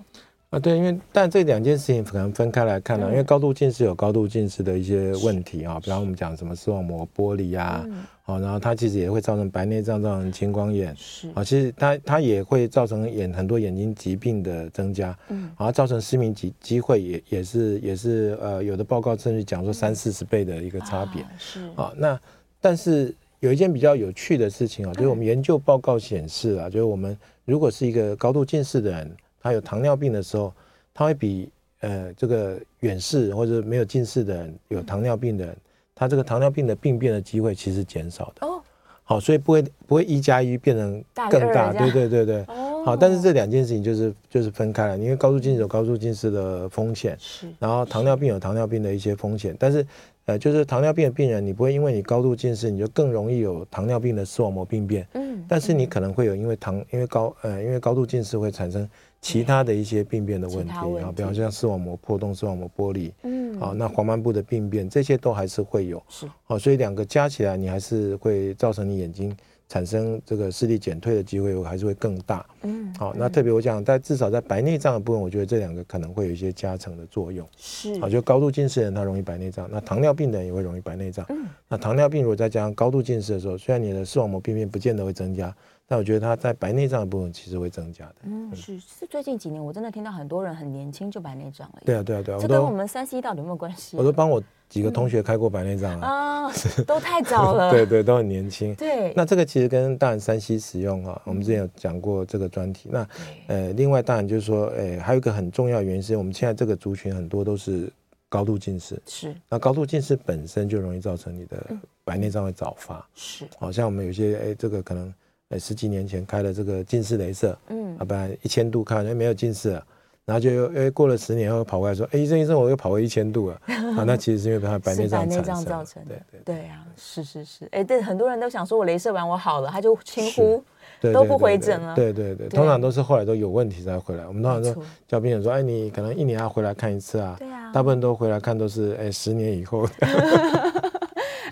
Speaker 3: 啊对，因为但这两件事情可能分开来看啊
Speaker 2: 嗯
Speaker 3: 了、因为高度近视有高度近视的一些问题啊，比方我们讲什么视网膜剥离啊，
Speaker 2: 嗯
Speaker 3: 好、然后它其实也会造成白内障、造成青光眼，
Speaker 2: 是
Speaker 3: 啊，其实它它也会造成眼很多眼睛疾病的增加，嗯，然后造成失明机机会也也是也是呃有的报告甚至讲说三四十倍的一个差别啊
Speaker 2: 是
Speaker 3: 那但是有一件比较有趣的事
Speaker 2: 嗯
Speaker 3: 情啊，就是我们研究报告显示啊，就是我们如果是一个高度近视的人，他有糖尿病的时候，他会比呃这个远视或者没有近视的人有糖尿病的人，他这个糖尿病的病变的机会其实减少的。
Speaker 2: 哦
Speaker 3: 好，所以不会不会一加一变成
Speaker 2: 大
Speaker 3: 更
Speaker 2: 于二
Speaker 3: 大，
Speaker 2: 这样
Speaker 3: 对对对对。
Speaker 2: 哦
Speaker 3: 好，但是这两件事情就是就是分开了，因为高度近视有高度近视的风险，
Speaker 2: 是
Speaker 3: 然后糖尿病有糖尿病的一些风险，但是呃，就是糖尿病的病人，你不会因为你高度近视，你就更容易有糖尿病的视网膜病变，
Speaker 2: 嗯
Speaker 3: 但是你可能会有因为糖因为高呃因为高度近视会产生其他的一些病变的问
Speaker 2: 其
Speaker 3: 题
Speaker 2: 他问题
Speaker 3: 啊，比方像视网膜破洞、视网膜剥离，
Speaker 2: 嗯
Speaker 3: 啊，那黄斑部的病变这些都还是会有。
Speaker 2: 是
Speaker 3: 哦，所以两个加起来，你还是会造成你眼睛产生这个视力减退的机会还是会更大。
Speaker 2: 嗯，
Speaker 3: 好、那特别我讲，在至少在白内障的部分，我觉得这两个可能会有一些加成的作用。
Speaker 2: 是
Speaker 3: 啊，就高度近视人他容易白内障，那糖尿病的人也会容易白内障。
Speaker 2: 嗯
Speaker 3: 那糖尿病如果再加上高度近视的时候，虽然你的视网膜病变不见得会增加，但我觉得它在白内障的部分其实会增加的。
Speaker 2: 嗯是是最近几年我真的听到很多人很年轻就白内障了耶，
Speaker 3: 对啊，对啊，对啊，
Speaker 2: 这跟我们三 C 到底有没有关系？
Speaker 3: 我都帮我几个同学开过白内障啊，
Speaker 2: 啊，都太早 了，
Speaker 3: 对对，都很年轻。
Speaker 2: 对，
Speaker 3: 那这个其实跟当然三 C 使用啊，我们之前有讲过这个专题。那呃，另外当然就是说，呃，还有一个很重要的原因是我们现在这个族群很多都是高度近视，
Speaker 2: 是
Speaker 3: 那高度近视本身就容易造成你的
Speaker 2: 嗯
Speaker 3: 白内障会早发。
Speaker 2: 是，
Speaker 3: 好、像我们有些哎，这个可能哎十几年前开了这个近视雷射，
Speaker 2: 嗯
Speaker 3: 啊，本来一千度看，哎没有近视了。然后就又哎，过了十年后跑过来说，哎，医生医生，我又跑回一千 度了啊！那其实是因为他白内
Speaker 2: 是白
Speaker 3: 障
Speaker 2: 内
Speaker 3: 产
Speaker 2: 障
Speaker 3: 生
Speaker 2: 造
Speaker 3: 的，
Speaker 2: 成
Speaker 3: 对
Speaker 2: 的
Speaker 3: 对，
Speaker 2: 对啊，是是是，哎，对，很多人都想说我镭射完我好了，他就轻
Speaker 3: 是
Speaker 2: 呼，
Speaker 3: 对
Speaker 2: 都
Speaker 3: 对
Speaker 2: 不
Speaker 3: 对
Speaker 2: 回
Speaker 3: 对
Speaker 2: 诊了啊
Speaker 3: 对对对，通常都是后来都有问题才回来。我们通常
Speaker 2: 没
Speaker 3: 说
Speaker 2: 错
Speaker 3: 叫病人说，哎，你可能一年要回来看一次啊。
Speaker 2: 对啊
Speaker 3: 大部分都回来看都是哎十年以后，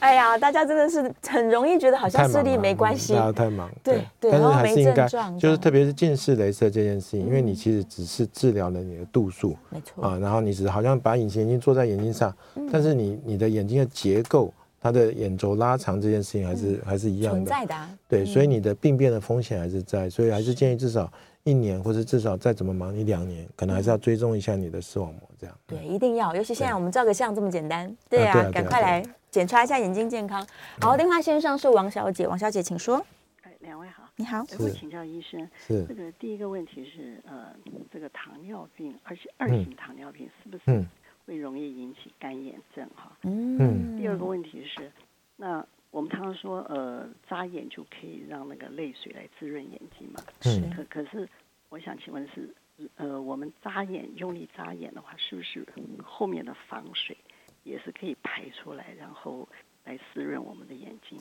Speaker 2: 哎呀，大家真的是很容易觉得 好像
Speaker 3: 太
Speaker 2: 视
Speaker 3: 忙
Speaker 2: 力
Speaker 3: 了嗯
Speaker 2: 没关系
Speaker 3: 大，家 太忙。嗯
Speaker 2: 对对
Speaker 3: 但是
Speaker 2: 然后
Speaker 3: 还
Speaker 2: 没
Speaker 3: 是应
Speaker 2: 症
Speaker 3: 该
Speaker 2: 状，这
Speaker 3: 就是
Speaker 2: 样
Speaker 3: 特别是近视雷射这件事情，因为你其实只是治疗了你的度数
Speaker 2: 没错
Speaker 3: 啊，然后你只是好像把隐形眼镜做在眼睛上，
Speaker 4: 嗯
Speaker 3: 但是你你的眼睛的结构，它的眼轴拉长这件事情还
Speaker 4: 嗯
Speaker 3: 是还是一样
Speaker 2: 存
Speaker 3: 的。
Speaker 2: 在的啊，
Speaker 3: 对，所以你的病变的风险还是在，所以还是建议至少一年，或者至少再怎么忙一两年，可能还
Speaker 4: 嗯
Speaker 3: 是要追踪一下你的视网膜这样。
Speaker 2: 对，一定要，尤其现在
Speaker 3: 对
Speaker 2: 我们照个相这么简单，对
Speaker 3: 对啊
Speaker 2: 啊
Speaker 3: 对，啊
Speaker 2: 赶快
Speaker 3: 对啊嗯
Speaker 2: 来检查一下眼睛健康。好，电话线上是王小姐，王小姐请说，
Speaker 4: 哎，两位好，
Speaker 2: 你好，
Speaker 4: 哎，我
Speaker 3: 是
Speaker 4: 请教医生，
Speaker 3: 是
Speaker 4: 这个第一个问题是，呃，这个糖尿病，而且二
Speaker 3: 嗯
Speaker 4: 型糖尿病是不是
Speaker 3: 嗯
Speaker 4: 会容易引起干眼症哈？
Speaker 2: 嗯，
Speaker 4: 第二个问题是，那我们常常说，呃，眨眼就可以让那个泪水来滋润眼睛嘛，
Speaker 2: 是
Speaker 3: 嗯
Speaker 4: 可可是我想请问是，呃，我们眨眼用力眨眼的话，是不是后面的防水也是可以排出来，然后来湿润我们的眼睛？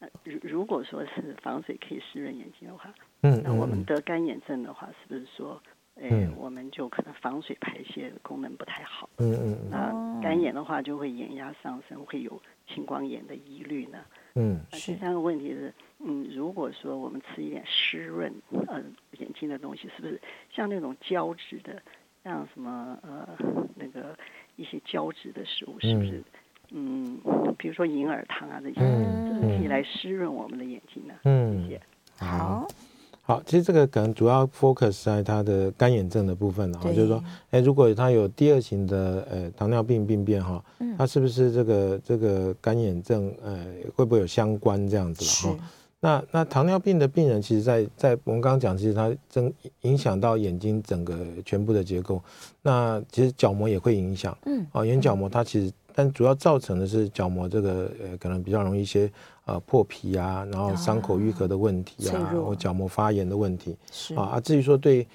Speaker 4: 那如如果说是防水可以湿润眼睛的话，
Speaker 3: 嗯
Speaker 4: 那我们
Speaker 3: 嗯
Speaker 4: 得干眼症的话，是不是说，哎、
Speaker 3: 嗯
Speaker 4: 我们就可能防水排泄功能不太好？
Speaker 3: 嗯嗯嗯
Speaker 4: 那干眼的话，就会眼压上升，会有青光眼的疑虑呢？
Speaker 3: 嗯
Speaker 4: 那
Speaker 2: 是
Speaker 4: 第三个问题是，嗯，如果说我们吃一点湿润呃眼睛的东西，是不是像那种胶质的，像什么呃那个一些胶质的食物，是不是？嗯，比如说银耳糖啊这些，
Speaker 3: 嗯
Speaker 4: 是不是可以来湿润我们的眼睛呢？谢
Speaker 3: 嗯
Speaker 4: 谢。
Speaker 2: 好，
Speaker 3: 好，其实这个可能主要 focus 在它的干眼症的部分了哈，
Speaker 2: 对
Speaker 3: 就是说，哎，如果它有第二型的呃糖尿病病变哈，
Speaker 2: 嗯
Speaker 3: 它是不是这个这个干眼症呃会不会有相关这样子
Speaker 2: 是
Speaker 3: 了哈？那那糖尿病的病人，其实在，在我们刚刚讲，其实它真影响到眼睛整个全部的结构。那其实角膜也会影响，
Speaker 2: 嗯，
Speaker 3: 哦，眼角膜它其实，但主要造成的是角膜这个呃，可能比较容易一些呃破皮啊，然后伤口愈合的问题
Speaker 2: 脆
Speaker 3: 啊，
Speaker 2: 弱
Speaker 3: 或角膜发炎的问题
Speaker 2: 是
Speaker 3: 啊。啊，至于说对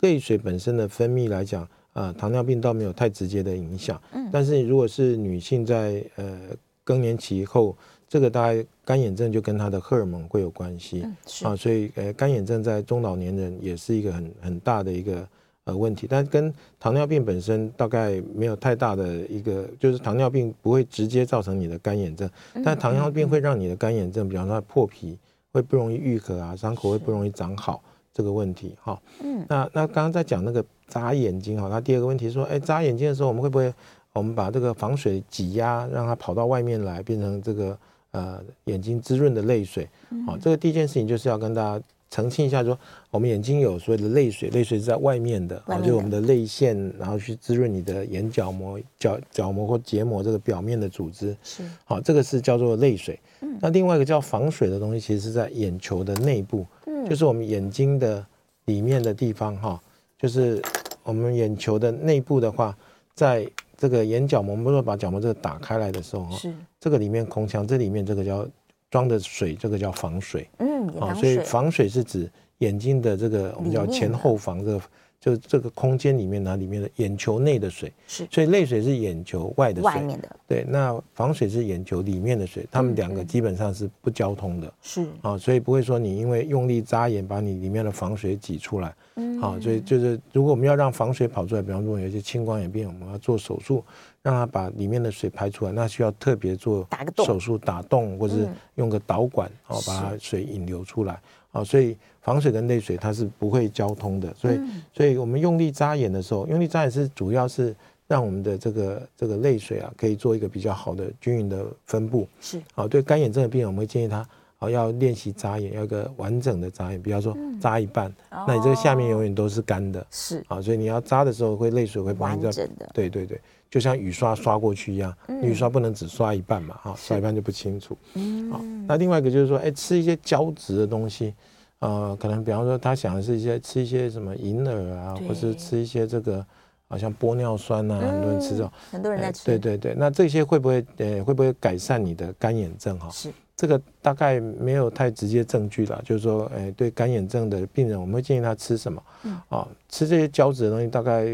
Speaker 3: 泪水本身的分泌来讲，呃，糖尿病倒没有太直接的影响。
Speaker 2: 嗯
Speaker 3: 但是如果是女性在呃更年期后，这个大概干眼症就跟她的荷尔蒙会有关系。
Speaker 2: 嗯是
Speaker 3: 啊，所以呃，干眼症在中老年人也是一个很很大的一个呃问题，但跟糖尿病本身大概没有太大的一个，就是糖尿病不会直接造成你的干眼症，但糖尿病会让你的干眼症，比方说它破皮会不容易愈合啊，伤口会不容易长好这个问题哈。
Speaker 2: 嗯，
Speaker 3: 那那刚刚在讲那个眨眼睛哈，那第二个问题说，哎，眨眼睛的时候我们会不会我们把这个防水挤压，让它跑到外面来，变成这个呃眼睛滋润的泪水。
Speaker 2: 嗯
Speaker 3: 好、这个第一件事情就是要跟大家澄清一下说，我们眼睛有所谓的泪水，泪水是在外面的，哦
Speaker 2: 外面的
Speaker 3: 就是我们的泪腺，然后去滋润你的眼角膜、角角膜或结膜这个表面的组织。
Speaker 2: 是嗯
Speaker 3: 好、这个是叫做泪水。那另外一个叫防水的东西，其实是在眼球的内部，就是我们眼睛的里面的地方哈、就是我们眼球的内部的话，在这个眼角膜，我们说把角膜这个打开来的时候，哈
Speaker 2: 是，
Speaker 3: 这个里面空腔，这里面这个叫装的水，这个叫防水
Speaker 2: 嗯，眼
Speaker 3: 啊、
Speaker 2: 糖
Speaker 3: 所以
Speaker 2: 水
Speaker 3: 防水是指眼睛的这个我们叫
Speaker 2: 里面
Speaker 3: 前
Speaker 2: 的
Speaker 3: 后房这个，就是这个空间里面呢，里面的眼球内的水，
Speaker 2: 是
Speaker 3: 所以泪水是眼球外的水，
Speaker 2: 外面的，
Speaker 3: 对，那防水是眼球里面的水，它们两个
Speaker 2: 嗯
Speaker 3: 基本上是不交通的
Speaker 2: 是
Speaker 3: 啊、所以不会说你因为用力扎眼把你里面的防水挤出来。好、所以
Speaker 2: 嗯
Speaker 3: 就是如果我们要让防水跑出来，比方说有一些青光眼病，我们要做手术，让它把里面的水排出来，那需要特别做
Speaker 2: 打个洞嗯
Speaker 3: 手术打洞，或是用个导管哦把它水引流出来。啊，所以防水跟泪水它是不会交通的，所以、
Speaker 2: 嗯
Speaker 3: 所以我们用力扎眼的时候，用力扎眼是主要是让我们的这个这个泪水啊，可以做一个比较好的均匀的分布。
Speaker 2: 是
Speaker 3: 啊，对干眼症的病人，我们会建议他啊要练习眨眼，要一个完整的眨眼，比方说
Speaker 2: 嗯
Speaker 3: 眨一半，
Speaker 2: 哦
Speaker 3: 那你这个下面永远都是干的
Speaker 2: 是
Speaker 3: 啊，所以你要眨的时候会泪水会帮
Speaker 2: 完
Speaker 3: 你在
Speaker 2: 整的，嗯
Speaker 3: 对对对，就像雨刷刷过去一样，你雨刷不能只刷一半嘛，哈、刷一半就不清楚。
Speaker 2: 嗯
Speaker 3: 好、那另外一个就是说，哎，吃一些胶质的东西，呃，可能比方说他想的是一些吃一些什么银耳啊，或是
Speaker 2: 对
Speaker 3: 吃一些这个。好像玻尿酸啊，很多人吃这种，
Speaker 2: 很多人在
Speaker 3: 哎
Speaker 2: 吃，
Speaker 3: 对对对，那这些会不会呃会不会改善你的干眼症哈？
Speaker 2: 是
Speaker 3: 这个大概没有太直接证据啦，就是说，哎，对干眼症的病人，我们会建议他吃什么？
Speaker 2: 嗯
Speaker 3: 啊，吃这些胶质的东西，大概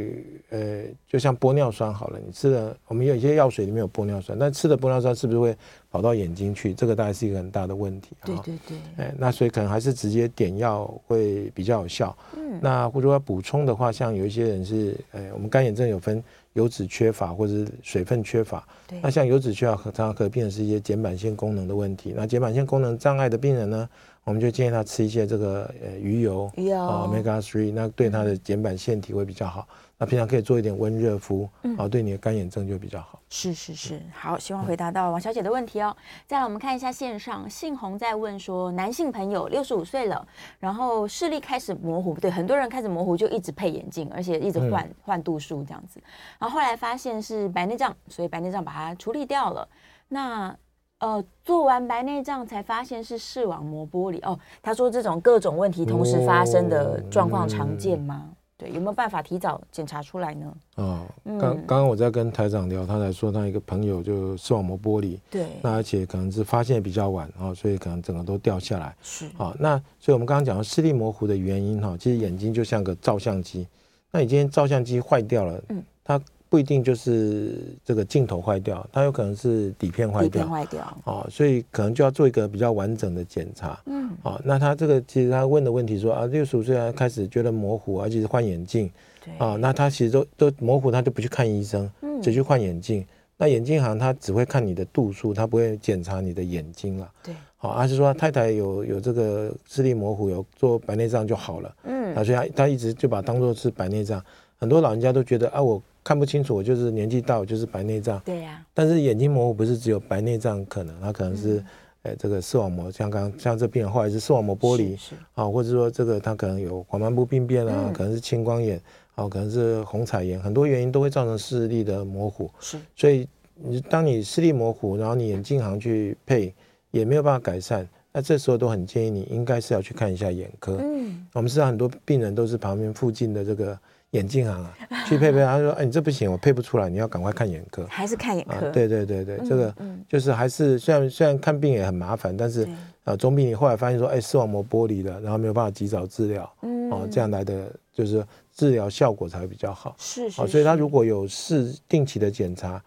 Speaker 3: 呃，就像玻尿酸好了，你吃了，我们有一些药水里面有玻尿酸，但吃的玻尿酸是不是会跑到眼睛去？这个大概是一个很大的问题。
Speaker 2: 对
Speaker 3: 啊
Speaker 2: 对对，
Speaker 3: 哎，那所以可能还是直接点药会比较有效。嗯，那或者说要补充的话，像有一些人是，哎，我们干眼症有分油脂缺乏或者是水分缺乏。
Speaker 2: 对
Speaker 3: 那像油脂缺乏和常常合并的是一些睑板腺功能的问题。那睑板腺功能障碍的病人呢，我们就建议他吃一些这个呃鱼油，
Speaker 2: 鱼油嗯
Speaker 3: 啊 omega three，那对他的睑板腺体会比较好。那平常可以做一点温热敷，
Speaker 2: 嗯
Speaker 3: 啊，对你的干眼症就比较好。
Speaker 2: 是是是，好，希
Speaker 3: 嗯
Speaker 2: 望回答到王小姐的问题哦。再来，我们看一下线上，信红在问说，男性朋友六十五岁了，然后视力开始模糊，对，很多人开始模糊就一直配眼镜，而且一
Speaker 3: 嗯
Speaker 2: 直换、换度数这样子，然后后来发现是白内障，所以白内障把它处理掉了。那呃，做完白内障才发现是视网膜剥离哦。他说这种各种问题同时发生的
Speaker 3: 哦
Speaker 2: 状况常见吗？对，有没有办法提早检查出来呢？
Speaker 3: 哦，
Speaker 2: 嗯
Speaker 3: 刚刚刚我在跟台长聊，他才说他一个朋友就视网膜剥离，
Speaker 2: 对，
Speaker 3: 那而且可能是发现比较晚啊、哦，所以可能整个都掉下来。
Speaker 2: 是
Speaker 3: 好、那所以我们刚刚讲到视力模糊的原因哈、其实眼睛就像个照相机，那你今天照相机坏掉了，
Speaker 2: 嗯
Speaker 3: 它不一定就是这个镜头坏掉，它有可能是底片坏
Speaker 2: 底片
Speaker 3: 掉。
Speaker 2: 坏掉。
Speaker 3: 哦，所以可能就要做一个比较完整的检查。
Speaker 2: 嗯，
Speaker 3: 哦，那他这个其实他问的问题说啊，六十五岁啊开始觉得模糊，而且是换眼镜，
Speaker 2: 对
Speaker 3: 啊，那他其实都都模糊，他就不去看医生，
Speaker 2: 嗯
Speaker 3: 只去换眼镜。那眼镜行他只会看你的度数，他不会检查你的眼睛了。
Speaker 2: 对，
Speaker 3: 好、而是说他太太有有这个视力模糊，有做白内障就好了。
Speaker 2: 嗯，
Speaker 3: 啊，所以他他一直就把它当做是白内障。很多老人家都觉得啊，我看不清楚，我就是年纪大，我就是白内障。
Speaker 2: 对呀、
Speaker 3: 但是眼睛模糊不是只有白内障可能，它可能
Speaker 2: 嗯
Speaker 3: 是，呃，这个视网膜，像刚像这病人后来是视网膜剥离
Speaker 2: 是是
Speaker 3: 啊，或者说这个他可能有黄斑部病变啊，
Speaker 2: 嗯
Speaker 3: 可能是青光眼，啊，可能是虹彩炎，很多原因都会造成视力的模糊。
Speaker 2: 是
Speaker 3: 所以你当你视力模糊，然后你眼镜行去配也没有办法改善，那这时候都很建议你应该是要去看一下眼科。
Speaker 2: 嗯，
Speaker 3: 我们知道很多病人都是旁边附近的这个眼镜行啊去 配配，他说：“哎，你这不行，我配不出来，你要赶快看眼科。”
Speaker 2: 还是看眼
Speaker 3: 啊
Speaker 2: 科，，
Speaker 3: 对对对对，这个
Speaker 2: 嗯
Speaker 3: 就是还是虽然虽然看病也很麻烦，但是
Speaker 2: 对
Speaker 3: 啊，总比你后来发现说，哎，视网膜剥离了，然后没有办法及早治疗，
Speaker 2: 嗯
Speaker 3: 哦，这样来的就是治疗效果才会比较好。
Speaker 2: 嗯是是
Speaker 3: 哦，所以他
Speaker 2: 是
Speaker 3: 如果有视定期的检查，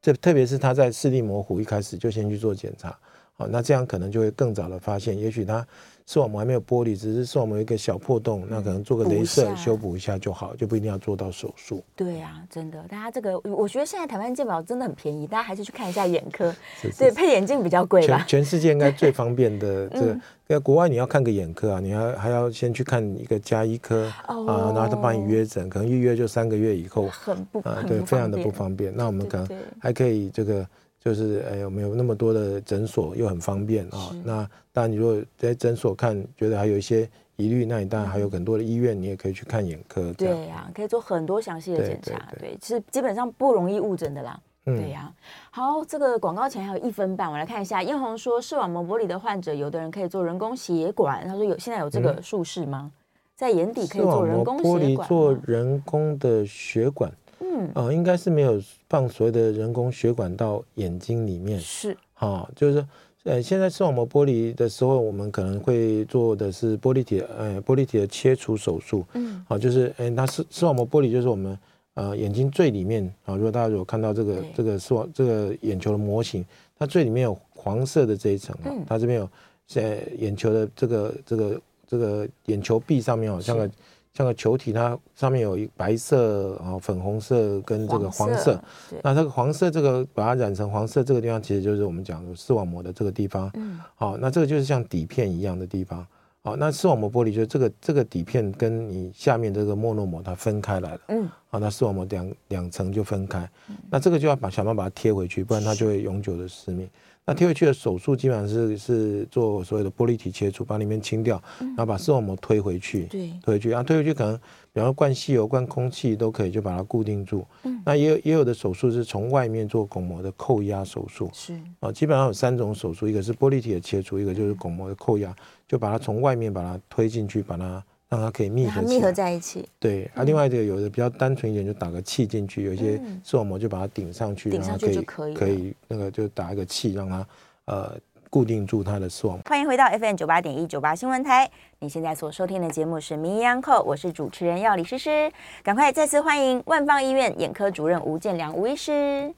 Speaker 3: 这特别是他在视力模糊一开始就先去做检查，哦，那这样可能就会更早的发现，也许他视网膜还没有剥离，只是视网膜有一个小破洞，那可能做个
Speaker 2: 补一
Speaker 3: 镭射
Speaker 2: 下
Speaker 3: 修补一下就好，就不一定要做到手术。
Speaker 2: 对呀、真的，大家这个我觉得现在台湾健保真的很便宜，大家还是去看一下眼科，
Speaker 3: 是是
Speaker 2: 对，
Speaker 3: 是
Speaker 2: 配眼镜比较贵吧嗯
Speaker 3: 全，全世界应该最方便 的这个，在国外你要看个眼科啊，你还还要先去看一个加医科
Speaker 2: 哦
Speaker 3: 啊，然后他帮你约诊，可能预约就三个月以后
Speaker 2: 很不
Speaker 3: 啊
Speaker 2: 很，
Speaker 3: 对，
Speaker 2: 不
Speaker 3: 非常的
Speaker 2: 方
Speaker 3: 不
Speaker 2: 便
Speaker 3: 方便。那我们可能
Speaker 2: 对对
Speaker 3: 还可以这个。就是哎，我们有那么多的诊所，又很方便啊、那当然，你如果在诊所看，觉得还有一些疑虑，那你当然还有很多的医院，你也可以去看眼科。这样
Speaker 2: 嗯对呀、可以做很多详细的
Speaker 3: 对
Speaker 2: 检
Speaker 3: 对
Speaker 2: 查，
Speaker 3: 对
Speaker 2: 对，其实基本上不容易误诊的啦。
Speaker 3: 嗯
Speaker 2: 对呀、好，这个广告前还有一分半，我来看一下。艳红说，视网膜剥离的患者，有的人可以做人工血管，他说有现在有这个术式吗？在眼底可以
Speaker 3: 嗯视
Speaker 2: 做
Speaker 3: 网
Speaker 2: 人
Speaker 3: 膜
Speaker 2: 工
Speaker 3: 剥
Speaker 2: 血
Speaker 3: 离
Speaker 2: 管
Speaker 3: 做
Speaker 2: 吗
Speaker 3: 人工的血管，
Speaker 2: 嗯，
Speaker 3: 哦，应该是没有放所谓的人工血管到眼睛里面，
Speaker 2: 是
Speaker 3: 哦，就是说，呃，现在视网膜剥离的时候，我们可能会做的是玻璃体的，呃，玻璃体的切除手术，
Speaker 2: 嗯，
Speaker 3: 好、就是，呃，它视视网膜剥离就是我们呃眼睛最里面啊、如果大家有看到这个
Speaker 2: 对
Speaker 3: 这个视网这个眼球的模型，它最里面有黄色的这一层啊、
Speaker 2: 嗯
Speaker 3: 它这边有呃眼球的这个这个这个眼球壁上面好、像个像个球体，它上面有一白色、啊粉红色跟这个黄色。
Speaker 2: 对
Speaker 3: 那这个黄色这个把它染成黄色这个地方，其实就是我们讲的视网膜的这个地方。
Speaker 2: 嗯，
Speaker 3: 好，那这个就是像底片一样的地方。好，那视网膜玻璃就是这个这个底片跟你下面这个莫诺膜它分开来了。
Speaker 2: 嗯，
Speaker 3: 好，那视网膜两两层就分开，那这个就要把想办法把它贴回去，不然它就会永久的失明。那贴回去的手术基本上是是做所谓的玻璃体切除，把里面清掉，
Speaker 2: 嗯
Speaker 3: 然后把视网膜推回去，
Speaker 2: 对
Speaker 3: 推回去啊，推回去可能比方说灌吸油、灌空气都可以，就把它固定住。
Speaker 2: 嗯
Speaker 3: 那也有也有的手术是从外面做巩膜的扣压手术，
Speaker 2: 是
Speaker 3: 啊，基本上有三种手术，一个是玻璃体的切除，一个
Speaker 2: 嗯
Speaker 3: 就是巩膜的扣压，就把它从外面把它推进去，把它让它可以密
Speaker 2: 让它
Speaker 3: 合
Speaker 2: 啊密
Speaker 3: 起
Speaker 2: 合
Speaker 3: 来。
Speaker 2: 在一起，
Speaker 3: 对，啊，另外一个有的比较单纯一点，就打个气进去，有一些
Speaker 2: 嗯
Speaker 3: 视网膜就把它顶上去，
Speaker 2: 顶
Speaker 3: 让
Speaker 2: 上
Speaker 3: 它
Speaker 2: 去就可以
Speaker 3: 可
Speaker 2: 了
Speaker 3: 以那个就打一个气，让它呃固定住它的视网膜。
Speaker 2: 欢迎回到 FM 九八点一九八新闻台。你现在所收听的节目是《名医央叩》，我是主持人药理诗诗。赶快再次欢迎万方医院眼科主任吴建良吴医师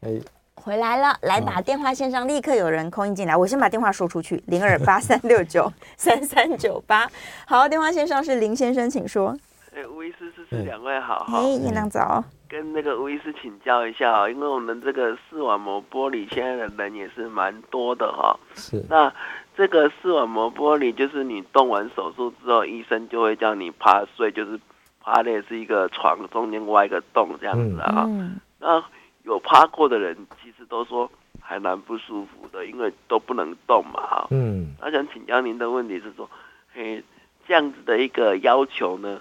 Speaker 3: 哎，
Speaker 2: 回来了，
Speaker 3: 嗯
Speaker 2: 来把电话线上立刻有人空音进来，我先把电话说出去，零二八三六 九三三九八。好，电话线上是林先生，请说。
Speaker 5: 哎，吴医师，是
Speaker 3: 嗯
Speaker 5: 是两位好哈，
Speaker 2: 嘿，叶亮早，
Speaker 5: 跟那个吴医师请教一下哦，因为我们这个视网膜玻璃现在的人也是蛮多的哈。
Speaker 3: 是
Speaker 5: 那这个视网膜玻璃就是你动完手术之后，医生就会叫你趴睡，就是趴类是一个床中间挖一个洞这样子啊。
Speaker 2: 嗯，
Speaker 5: 那有趴过的人其实都说还蛮不舒服的，因为都不能动嘛哈。
Speaker 3: 嗯，
Speaker 5: 那想请教您的问题是说，嘿，这样子的一个要求呢，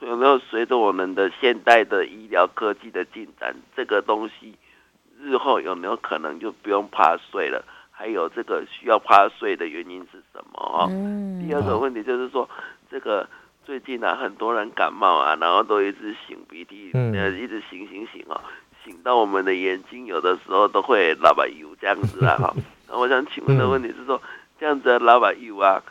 Speaker 5: 有没有随着我们的现代的医疗科技的进展，这个东西日后有没有可能就不用趴睡了？还有这个需要趴睡的原因是什么啊、
Speaker 2: 嗯
Speaker 5: 第二个问题就是说，这个最近啊，很多人感冒啊，然后都一直擤鼻涕，
Speaker 3: 嗯
Speaker 5: 呃，一直擤擤擤哦，擤到我们的眼睛有的时候都会老把油这样子啦啊 哈。那我想请问的问题是说，这样子的老把油啊，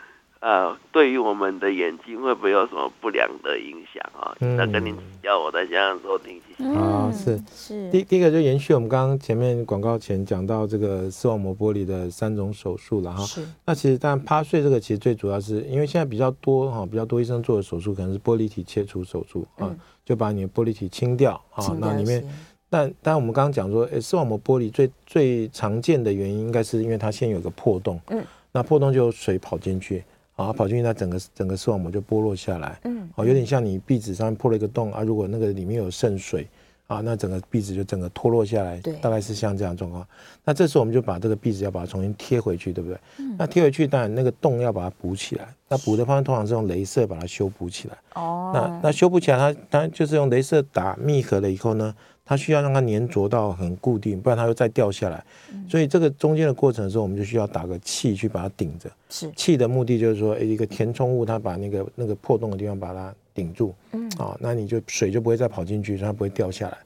Speaker 5: 呃，对于我们的眼睛会不会有什么不良的影响啊？
Speaker 3: 嗯
Speaker 5: 那跟您请教，我在线上收听，谢谢。
Speaker 3: 啊是
Speaker 2: 嗯是
Speaker 3: 第第一个就延续我们刚刚前面广告前讲到这个视网膜玻璃的三种手术了哈。
Speaker 2: 是
Speaker 3: 那其实当然趴睡这个其实最主要是因为现在比较多哈，比较多医生做的手术可能是玻璃体切除手术啊，
Speaker 2: 嗯
Speaker 3: 就把你的玻璃体清掉啊，
Speaker 2: 请
Speaker 3: 那
Speaker 2: 了
Speaker 3: 里面
Speaker 2: 解
Speaker 3: 但但我们刚刚讲说，诶，视网膜玻璃最最常见的原因应该是因为它先有个破洞，
Speaker 2: 嗯，
Speaker 3: 那破洞就有水跑进去，啊，跑进去，它整个整个视网膜就剥落下来，
Speaker 2: 嗯
Speaker 3: 哦，有点像你壁纸上面破了一个洞啊，如果那个里面有渗水啊，那整个壁纸就整个脱落下来，
Speaker 2: 对
Speaker 3: 大概是像这样的状况。那这时候我们就把这个壁纸要把它重新贴回去，对不对？那贴回去，当然那个洞要把它补起来，那补的方法通常是用镭射把它修补起来。
Speaker 2: 哦，
Speaker 3: 那那修补起来它，它就是用镭射打密合了以后呢，它需要让它粘着到很固定，不然它又再掉下来。
Speaker 2: 嗯
Speaker 3: 所以这个中间的过程的时候，我们就需要打个气去把它顶着。
Speaker 2: 是
Speaker 3: 气的目的就是说，哎诶一个填充物它把那个那个破洞的地方把它顶住，
Speaker 2: 嗯
Speaker 3: 啊、那你就水就不会再跑进去，它不会掉下来。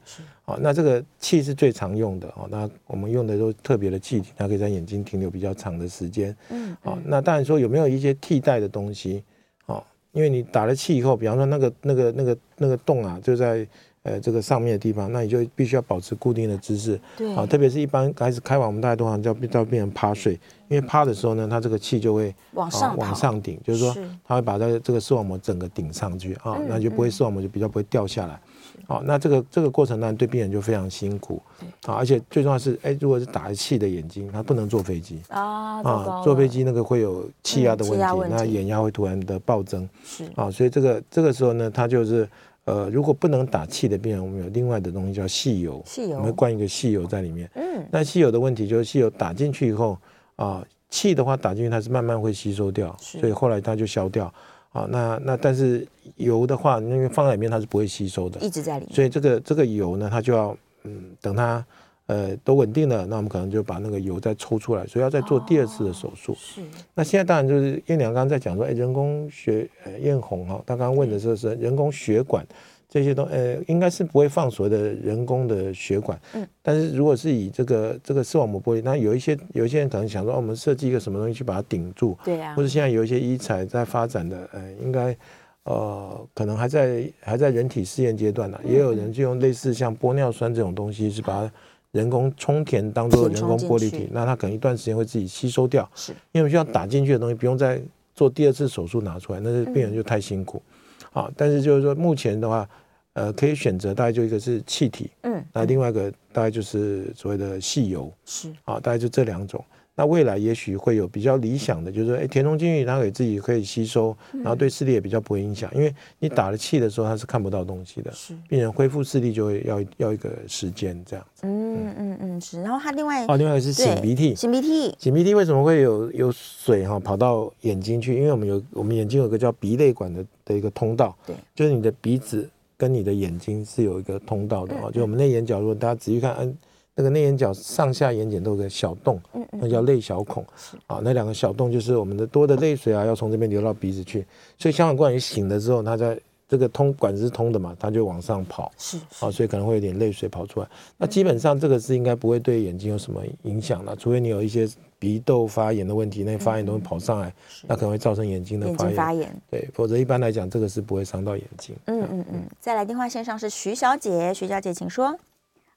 Speaker 3: 啊、那这个气是最常用的哦。那我们用的都是特别的气体，它可以在眼睛停留比较长的时间。
Speaker 2: 嗯
Speaker 3: 啊、那当然说有没有一些替代的东西？哦，因为你打了气以后，比方说那个那个那个那个洞啊，就在呃这个上面的地方，那你就必须要保持固定的姿势。
Speaker 2: 对
Speaker 3: 啊，特别是一般开始开完，我们大家都好像叫叫变成趴睡，因为趴的时候呢，它这个气就会
Speaker 2: 往
Speaker 3: 啊
Speaker 2: 上跑
Speaker 3: 往上顶，就是说
Speaker 2: 是
Speaker 3: 它会把这个这个视网膜整个顶上去啊，
Speaker 2: 嗯
Speaker 3: 那就不会视网膜就比较不会掉下来。好、那这个这个过程呢，对病人就非常辛苦啊，而且最重要的是，哎，如果是打了气的眼睛，他不能坐飞机
Speaker 2: 啊，糟
Speaker 3: 啊
Speaker 2: 糕，
Speaker 3: 坐飞
Speaker 2: 了
Speaker 3: 机那个会有气压的
Speaker 2: 嗯气
Speaker 3: 问题，
Speaker 2: 压问
Speaker 3: 那
Speaker 2: 题
Speaker 3: 眼压会突然的暴增
Speaker 2: 是
Speaker 3: 啊，所以这个这个时候呢，他就是呃，如果不能打气的病人，我们有另外的东西叫细油，
Speaker 2: 汽油
Speaker 3: 我们会灌一个细油在里面。
Speaker 2: 嗯
Speaker 3: 那稀有的问题就是稀有打进去以后啊、气的话打进去它是慢慢会吸收掉，
Speaker 2: 是
Speaker 3: 所以后来它就消掉啊。那那但是油的话，因为放在里面它是不会吸收的，
Speaker 2: 一直在里面，
Speaker 3: 所以这个这个油呢，它就要嗯等它呃都稳定了，那我们可能就把那个油再抽出来，所以要再做
Speaker 2: 哦
Speaker 3: 第二次的手术。
Speaker 2: 是
Speaker 3: 那现在当然就是燕良刚刚在讲说，哎，人工血呃燕红哈、他刚刚问的是是人工血管这些东，呃，应该是不会放所谓的人工的血管，
Speaker 2: 嗯，
Speaker 3: 但是如果是以这个这个视网膜玻璃，那有一些有一些人可能想说，哦，我们设计一个什么东西去把它顶住，
Speaker 2: 对啊
Speaker 3: 或，者现在有一些医材在发展的，呃，应该呃可能还在还在人体试验阶段呢、啊
Speaker 2: 嗯
Speaker 3: 也有人就用类似像玻尿酸这种东西，是把它人工充填当做
Speaker 2: 填嗯
Speaker 3: 人
Speaker 2: 充
Speaker 3: 工
Speaker 2: 进
Speaker 3: 玻璃
Speaker 2: 去
Speaker 3: 体，那它可能一段时间会自己吸收掉。
Speaker 2: 是嗯
Speaker 3: 因为需要打进去的东西不用再做第二次手术拿出来，那是病人就太辛苦。啊，但是就是说目前的话，呃，可以选择大概就一个是气体，
Speaker 2: 嗯，
Speaker 3: 那另外一个大概就是所谓的细油
Speaker 2: 是
Speaker 3: 啊，大概就这两种。那未来也许会有比较理想的，就是说，哎，田中金鱼它给自己可以吸收，然
Speaker 2: 嗯
Speaker 3: 后对视力也比较不会影响，因为你打了气的时候它是看不到东西的，
Speaker 2: 是，
Speaker 3: 病人恢复视力就会要要一个时间这样子。
Speaker 2: 嗯嗯嗯是。然后它另外
Speaker 3: 哦，另外一个是擤
Speaker 2: 对
Speaker 3: 鼻涕，
Speaker 2: 擤鼻涕，
Speaker 3: 擤鼻涕为什么会有有水哈、跑到眼睛去？因为我们有我们眼睛有个叫鼻泪管的的一个通道，
Speaker 2: 对，
Speaker 3: 就是你的鼻子跟你的眼睛是有一个通道
Speaker 2: 嗯
Speaker 3: 的啊、就我们内眼角，如果大家仔细看，嗯，那个内眼角上下眼睑都有个小洞，
Speaker 2: 嗯嗯
Speaker 3: 那叫泪小孔啊、那两个小洞就是我们的多的泪水啊，要从这边流到鼻子去。所以小管灌鱼醒了之后，它在这个通管子是通的嘛，它就往上跑。
Speaker 2: 是嗯
Speaker 3: 啊，所以可能会有点泪水跑出来。那基本上这个是应该不会对眼睛有什么影响了，除非你有一些鼻窦发炎的问题，那发炎都会跑上来，那可能会造成眼睛的
Speaker 2: 嗯眼
Speaker 3: 发
Speaker 2: 睛
Speaker 3: 炎。
Speaker 2: 发炎。
Speaker 3: 对，否则一般来讲，这个是不会伤到眼睛。
Speaker 2: 嗯嗯嗯。再来电话线上是徐小姐，徐小姐请说。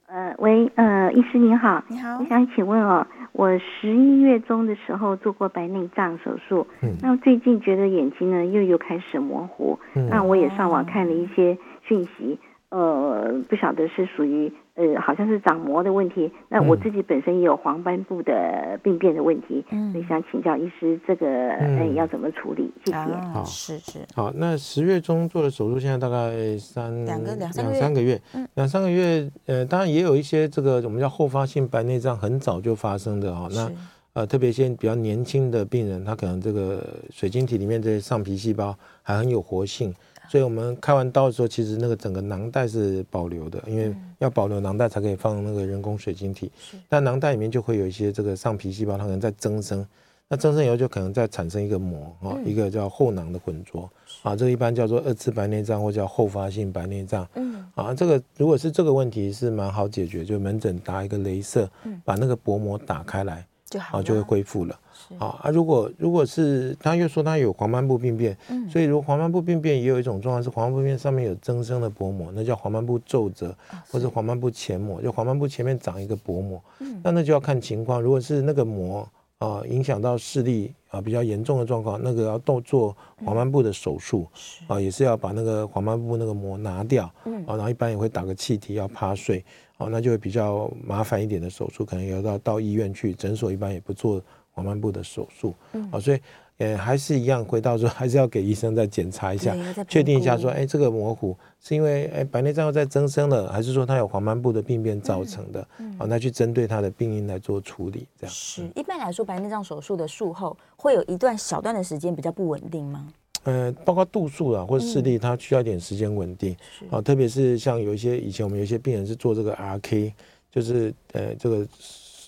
Speaker 6: 呃，喂，呃，医师您好，
Speaker 2: 你好
Speaker 6: 我，想请问哦，我十一月中的时候做过白内障手术，
Speaker 3: 嗯
Speaker 6: 那最近觉得眼睛呢又又开始模糊，
Speaker 3: 嗯
Speaker 6: 那我也上网看了一些讯息，呃，不晓得是属于呃好像是长膜的问题，那我
Speaker 3: 嗯
Speaker 6: 自己本身也有黄斑部的病变的问题，
Speaker 2: 嗯
Speaker 6: 所以想请教医师这个
Speaker 3: 嗯
Speaker 6: 呃要怎么处理，谢谢。
Speaker 2: 啊，
Speaker 3: 好
Speaker 2: 是是，
Speaker 3: 好，那十月中做的手术，现在大概三
Speaker 2: 两个两三个
Speaker 3: 两三
Speaker 2: 月
Speaker 3: 个月
Speaker 2: 嗯，
Speaker 3: 两三个月，呃，当然也有一些这个我们叫后发性白内障，很早就发生的哦。那
Speaker 2: 是
Speaker 3: 呃，特别一些比较年轻的病人，他可能这个水晶体里面这些上皮细胞还很有活性，所以我们开完刀的时候，其实那个整个囊袋是保留的，因为要保留囊袋才可以放那个人工水晶体。但囊袋里面就会有一些这个上皮细胞，它可能在增生，那增生以后就可能再产生一个膜哦，一个叫后囊的混浊啊，这个一般叫做二次白内障或叫后发性白内障。
Speaker 2: 嗯
Speaker 3: 啊，这个如果是这个问题是蛮好解决，就门诊打一个镭射，把那个薄膜打开来，
Speaker 2: 就
Speaker 3: 啊
Speaker 2: 好
Speaker 3: 就会
Speaker 2: 啦
Speaker 3: 恢复了。啊啊，如果如果是他又说他有黄斑部病变，
Speaker 2: 嗯
Speaker 3: 所以如果黄斑部病变也有一种状况是黄斑部病变上面有增生的薄膜，那叫黄斑部皱褶，
Speaker 2: 啊
Speaker 3: 或者黄斑部前膜，就黄斑部前面长一个薄膜，那那就要看情况。如果是那个膜啊、影响到视力啊、比较严重的状况，那个要动做黄斑部的手术啊、也是要把那个黄斑部那个膜拿掉，啊，然后一般也会打个气体要趴睡，哦，那就会比较麻烦一点的手术，可能也要到到医院去，诊所一般也不做黄斑部的手术，嗯、哦，所以呃还是一样，回到说还是要给医生再检查一下
Speaker 2: 对要再，
Speaker 3: 确定一下
Speaker 2: 评估
Speaker 3: 说，哎，这个模糊是因为哎白内障又在增生了，还是说它有黄斑部的病变
Speaker 2: 嗯
Speaker 3: 造成的？哦，那去针对它的病因来做处理，这样。
Speaker 2: 是。一般来说，白内障手术的术后会有一段小段的时间比较不稳定吗？
Speaker 3: 呃，包括度数啊，
Speaker 2: 嗯
Speaker 3: 或者视力，它需要一点时间稳定啊。特别是像有一些以前我们有一些病人是做这个 RK，就是呃这个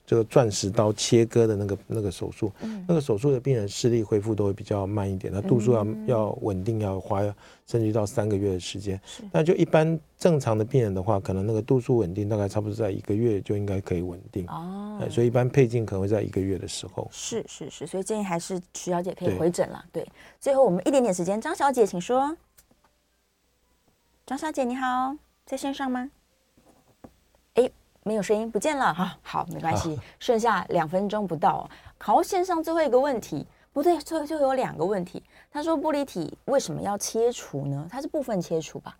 Speaker 3: 这个钻石刀切割的那个那个手术，
Speaker 2: 嗯
Speaker 3: 那个手术的病人视力恢复都会比较慢一点，那度数要、
Speaker 2: 嗯
Speaker 3: 要稳定，要花甚至到三个月的时间。那就一般正常的病人的话，可能那个度数稳定大概差不多在一个月就应该可以稳定。
Speaker 2: 哦
Speaker 3: 哎，所以一般配镜可能会在一个月的时候。
Speaker 2: 是是是，所以建议还是徐小姐可以
Speaker 3: 对
Speaker 2: 回诊啦。对，最后我们一点点时间，张小姐请说。张小姐你好，在线上吗？哎，没有声音，不见了哈、好，没关
Speaker 3: 啊
Speaker 2: 系，剩下两分钟不到、哦。好，线上最后一个问题，不对，最后最后有两个问题。他说玻璃体为什么要切除呢？它是部分切除吧？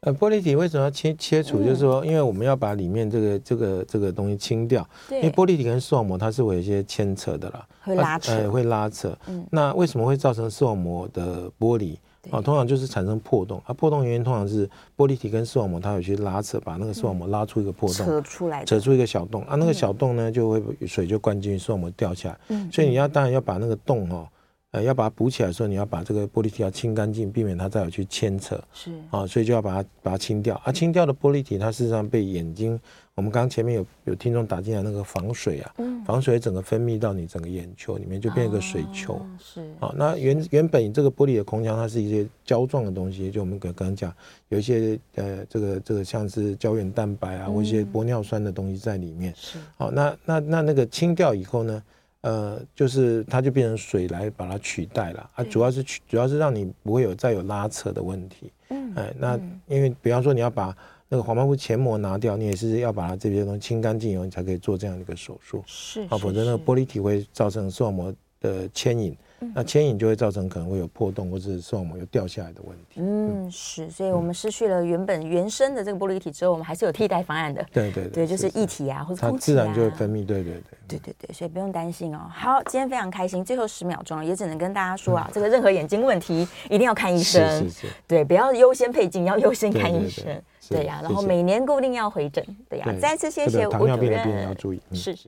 Speaker 3: 呃，玻璃体为什么要切切除？就是说，因为我们要把里面这个这个这个东西清掉，因
Speaker 2: 对，
Speaker 3: 为玻璃体跟视网膜它是会有一些牵扯的啦，
Speaker 2: 会拉扯嗯
Speaker 3: 它呃会拉扯。那为什么会造成视网膜的剥离？啊，通常就是产生破洞啊，破洞原因通常是玻璃体跟视网膜它有去拉扯，把那个视网膜拉出一个破洞，
Speaker 2: 扯出来的，嗯
Speaker 3: 扯出一个小洞啊，那个小洞呢就会水就灌进去，视网膜掉下来。所以你要当然要把那个洞哦，呃，要把它补起来的时候，你要把这个玻璃体要清干净，避免它再有去牵扯。
Speaker 2: 是嗯
Speaker 3: 啊，所以就要把它把它清掉啊。清掉的玻璃体，它事实上被眼睛，我们刚刚前面有有听众打进来那个防水啊，
Speaker 2: 嗯
Speaker 3: 防水整个分泌到你整个眼球里面，就变一个水球。
Speaker 2: 哦是
Speaker 3: 啊，那原原本这个玻璃的空腔，它是一些胶状的东西，就我们刚刚刚讲，有一些呃，这个这个像是胶原蛋白啊，或一些玻尿酸的东西在里面。
Speaker 2: 嗯是
Speaker 3: 好，那那那那个清掉以后呢，呃，就是它就变成水来把它取代了啊，主要是取主要是让你不会有再有拉扯的问题。嗯，哎，那因为比方说你要把那个黄斑部前膜拿掉，你也是要把它这些东西清干净以后，你才可以做这样的一个手术。
Speaker 2: 是嗯
Speaker 3: 啊，否则那个玻璃体会造成视网膜的牵引，那牵引就会造成可能会有破洞或是视网膜又掉下来的问题。
Speaker 2: 嗯，是，所以我们失去了原本原生的这个玻璃体之后，我们还是有替代方案的。
Speaker 3: 对对
Speaker 2: 对，就是
Speaker 3: 是
Speaker 2: 液体啊，或者
Speaker 3: 它
Speaker 2: 空气
Speaker 3: 自
Speaker 2: 啊，
Speaker 3: 然就会分泌，对对对。
Speaker 2: 对对对，所以不用担心哦。好，今天非常开心，最后十秒钟了也只能跟大家说啊，这个任何眼睛问题一定要看医
Speaker 3: 嗯是
Speaker 2: 生，
Speaker 3: 是是，
Speaker 2: 对，不要优先配镜，要优先
Speaker 3: 对
Speaker 2: 看
Speaker 3: 对
Speaker 2: 医
Speaker 3: 对
Speaker 2: 生。
Speaker 3: 是
Speaker 2: 对呀、然后
Speaker 3: 谢谢
Speaker 2: 每年固定要回诊。对呀、
Speaker 3: 对
Speaker 2: 再次谢
Speaker 3: 这
Speaker 2: 谢
Speaker 3: 个
Speaker 2: 吴
Speaker 3: 糖尿
Speaker 2: 主
Speaker 3: 病的病人要
Speaker 2: 任。
Speaker 3: 注意。嗯
Speaker 2: 是是。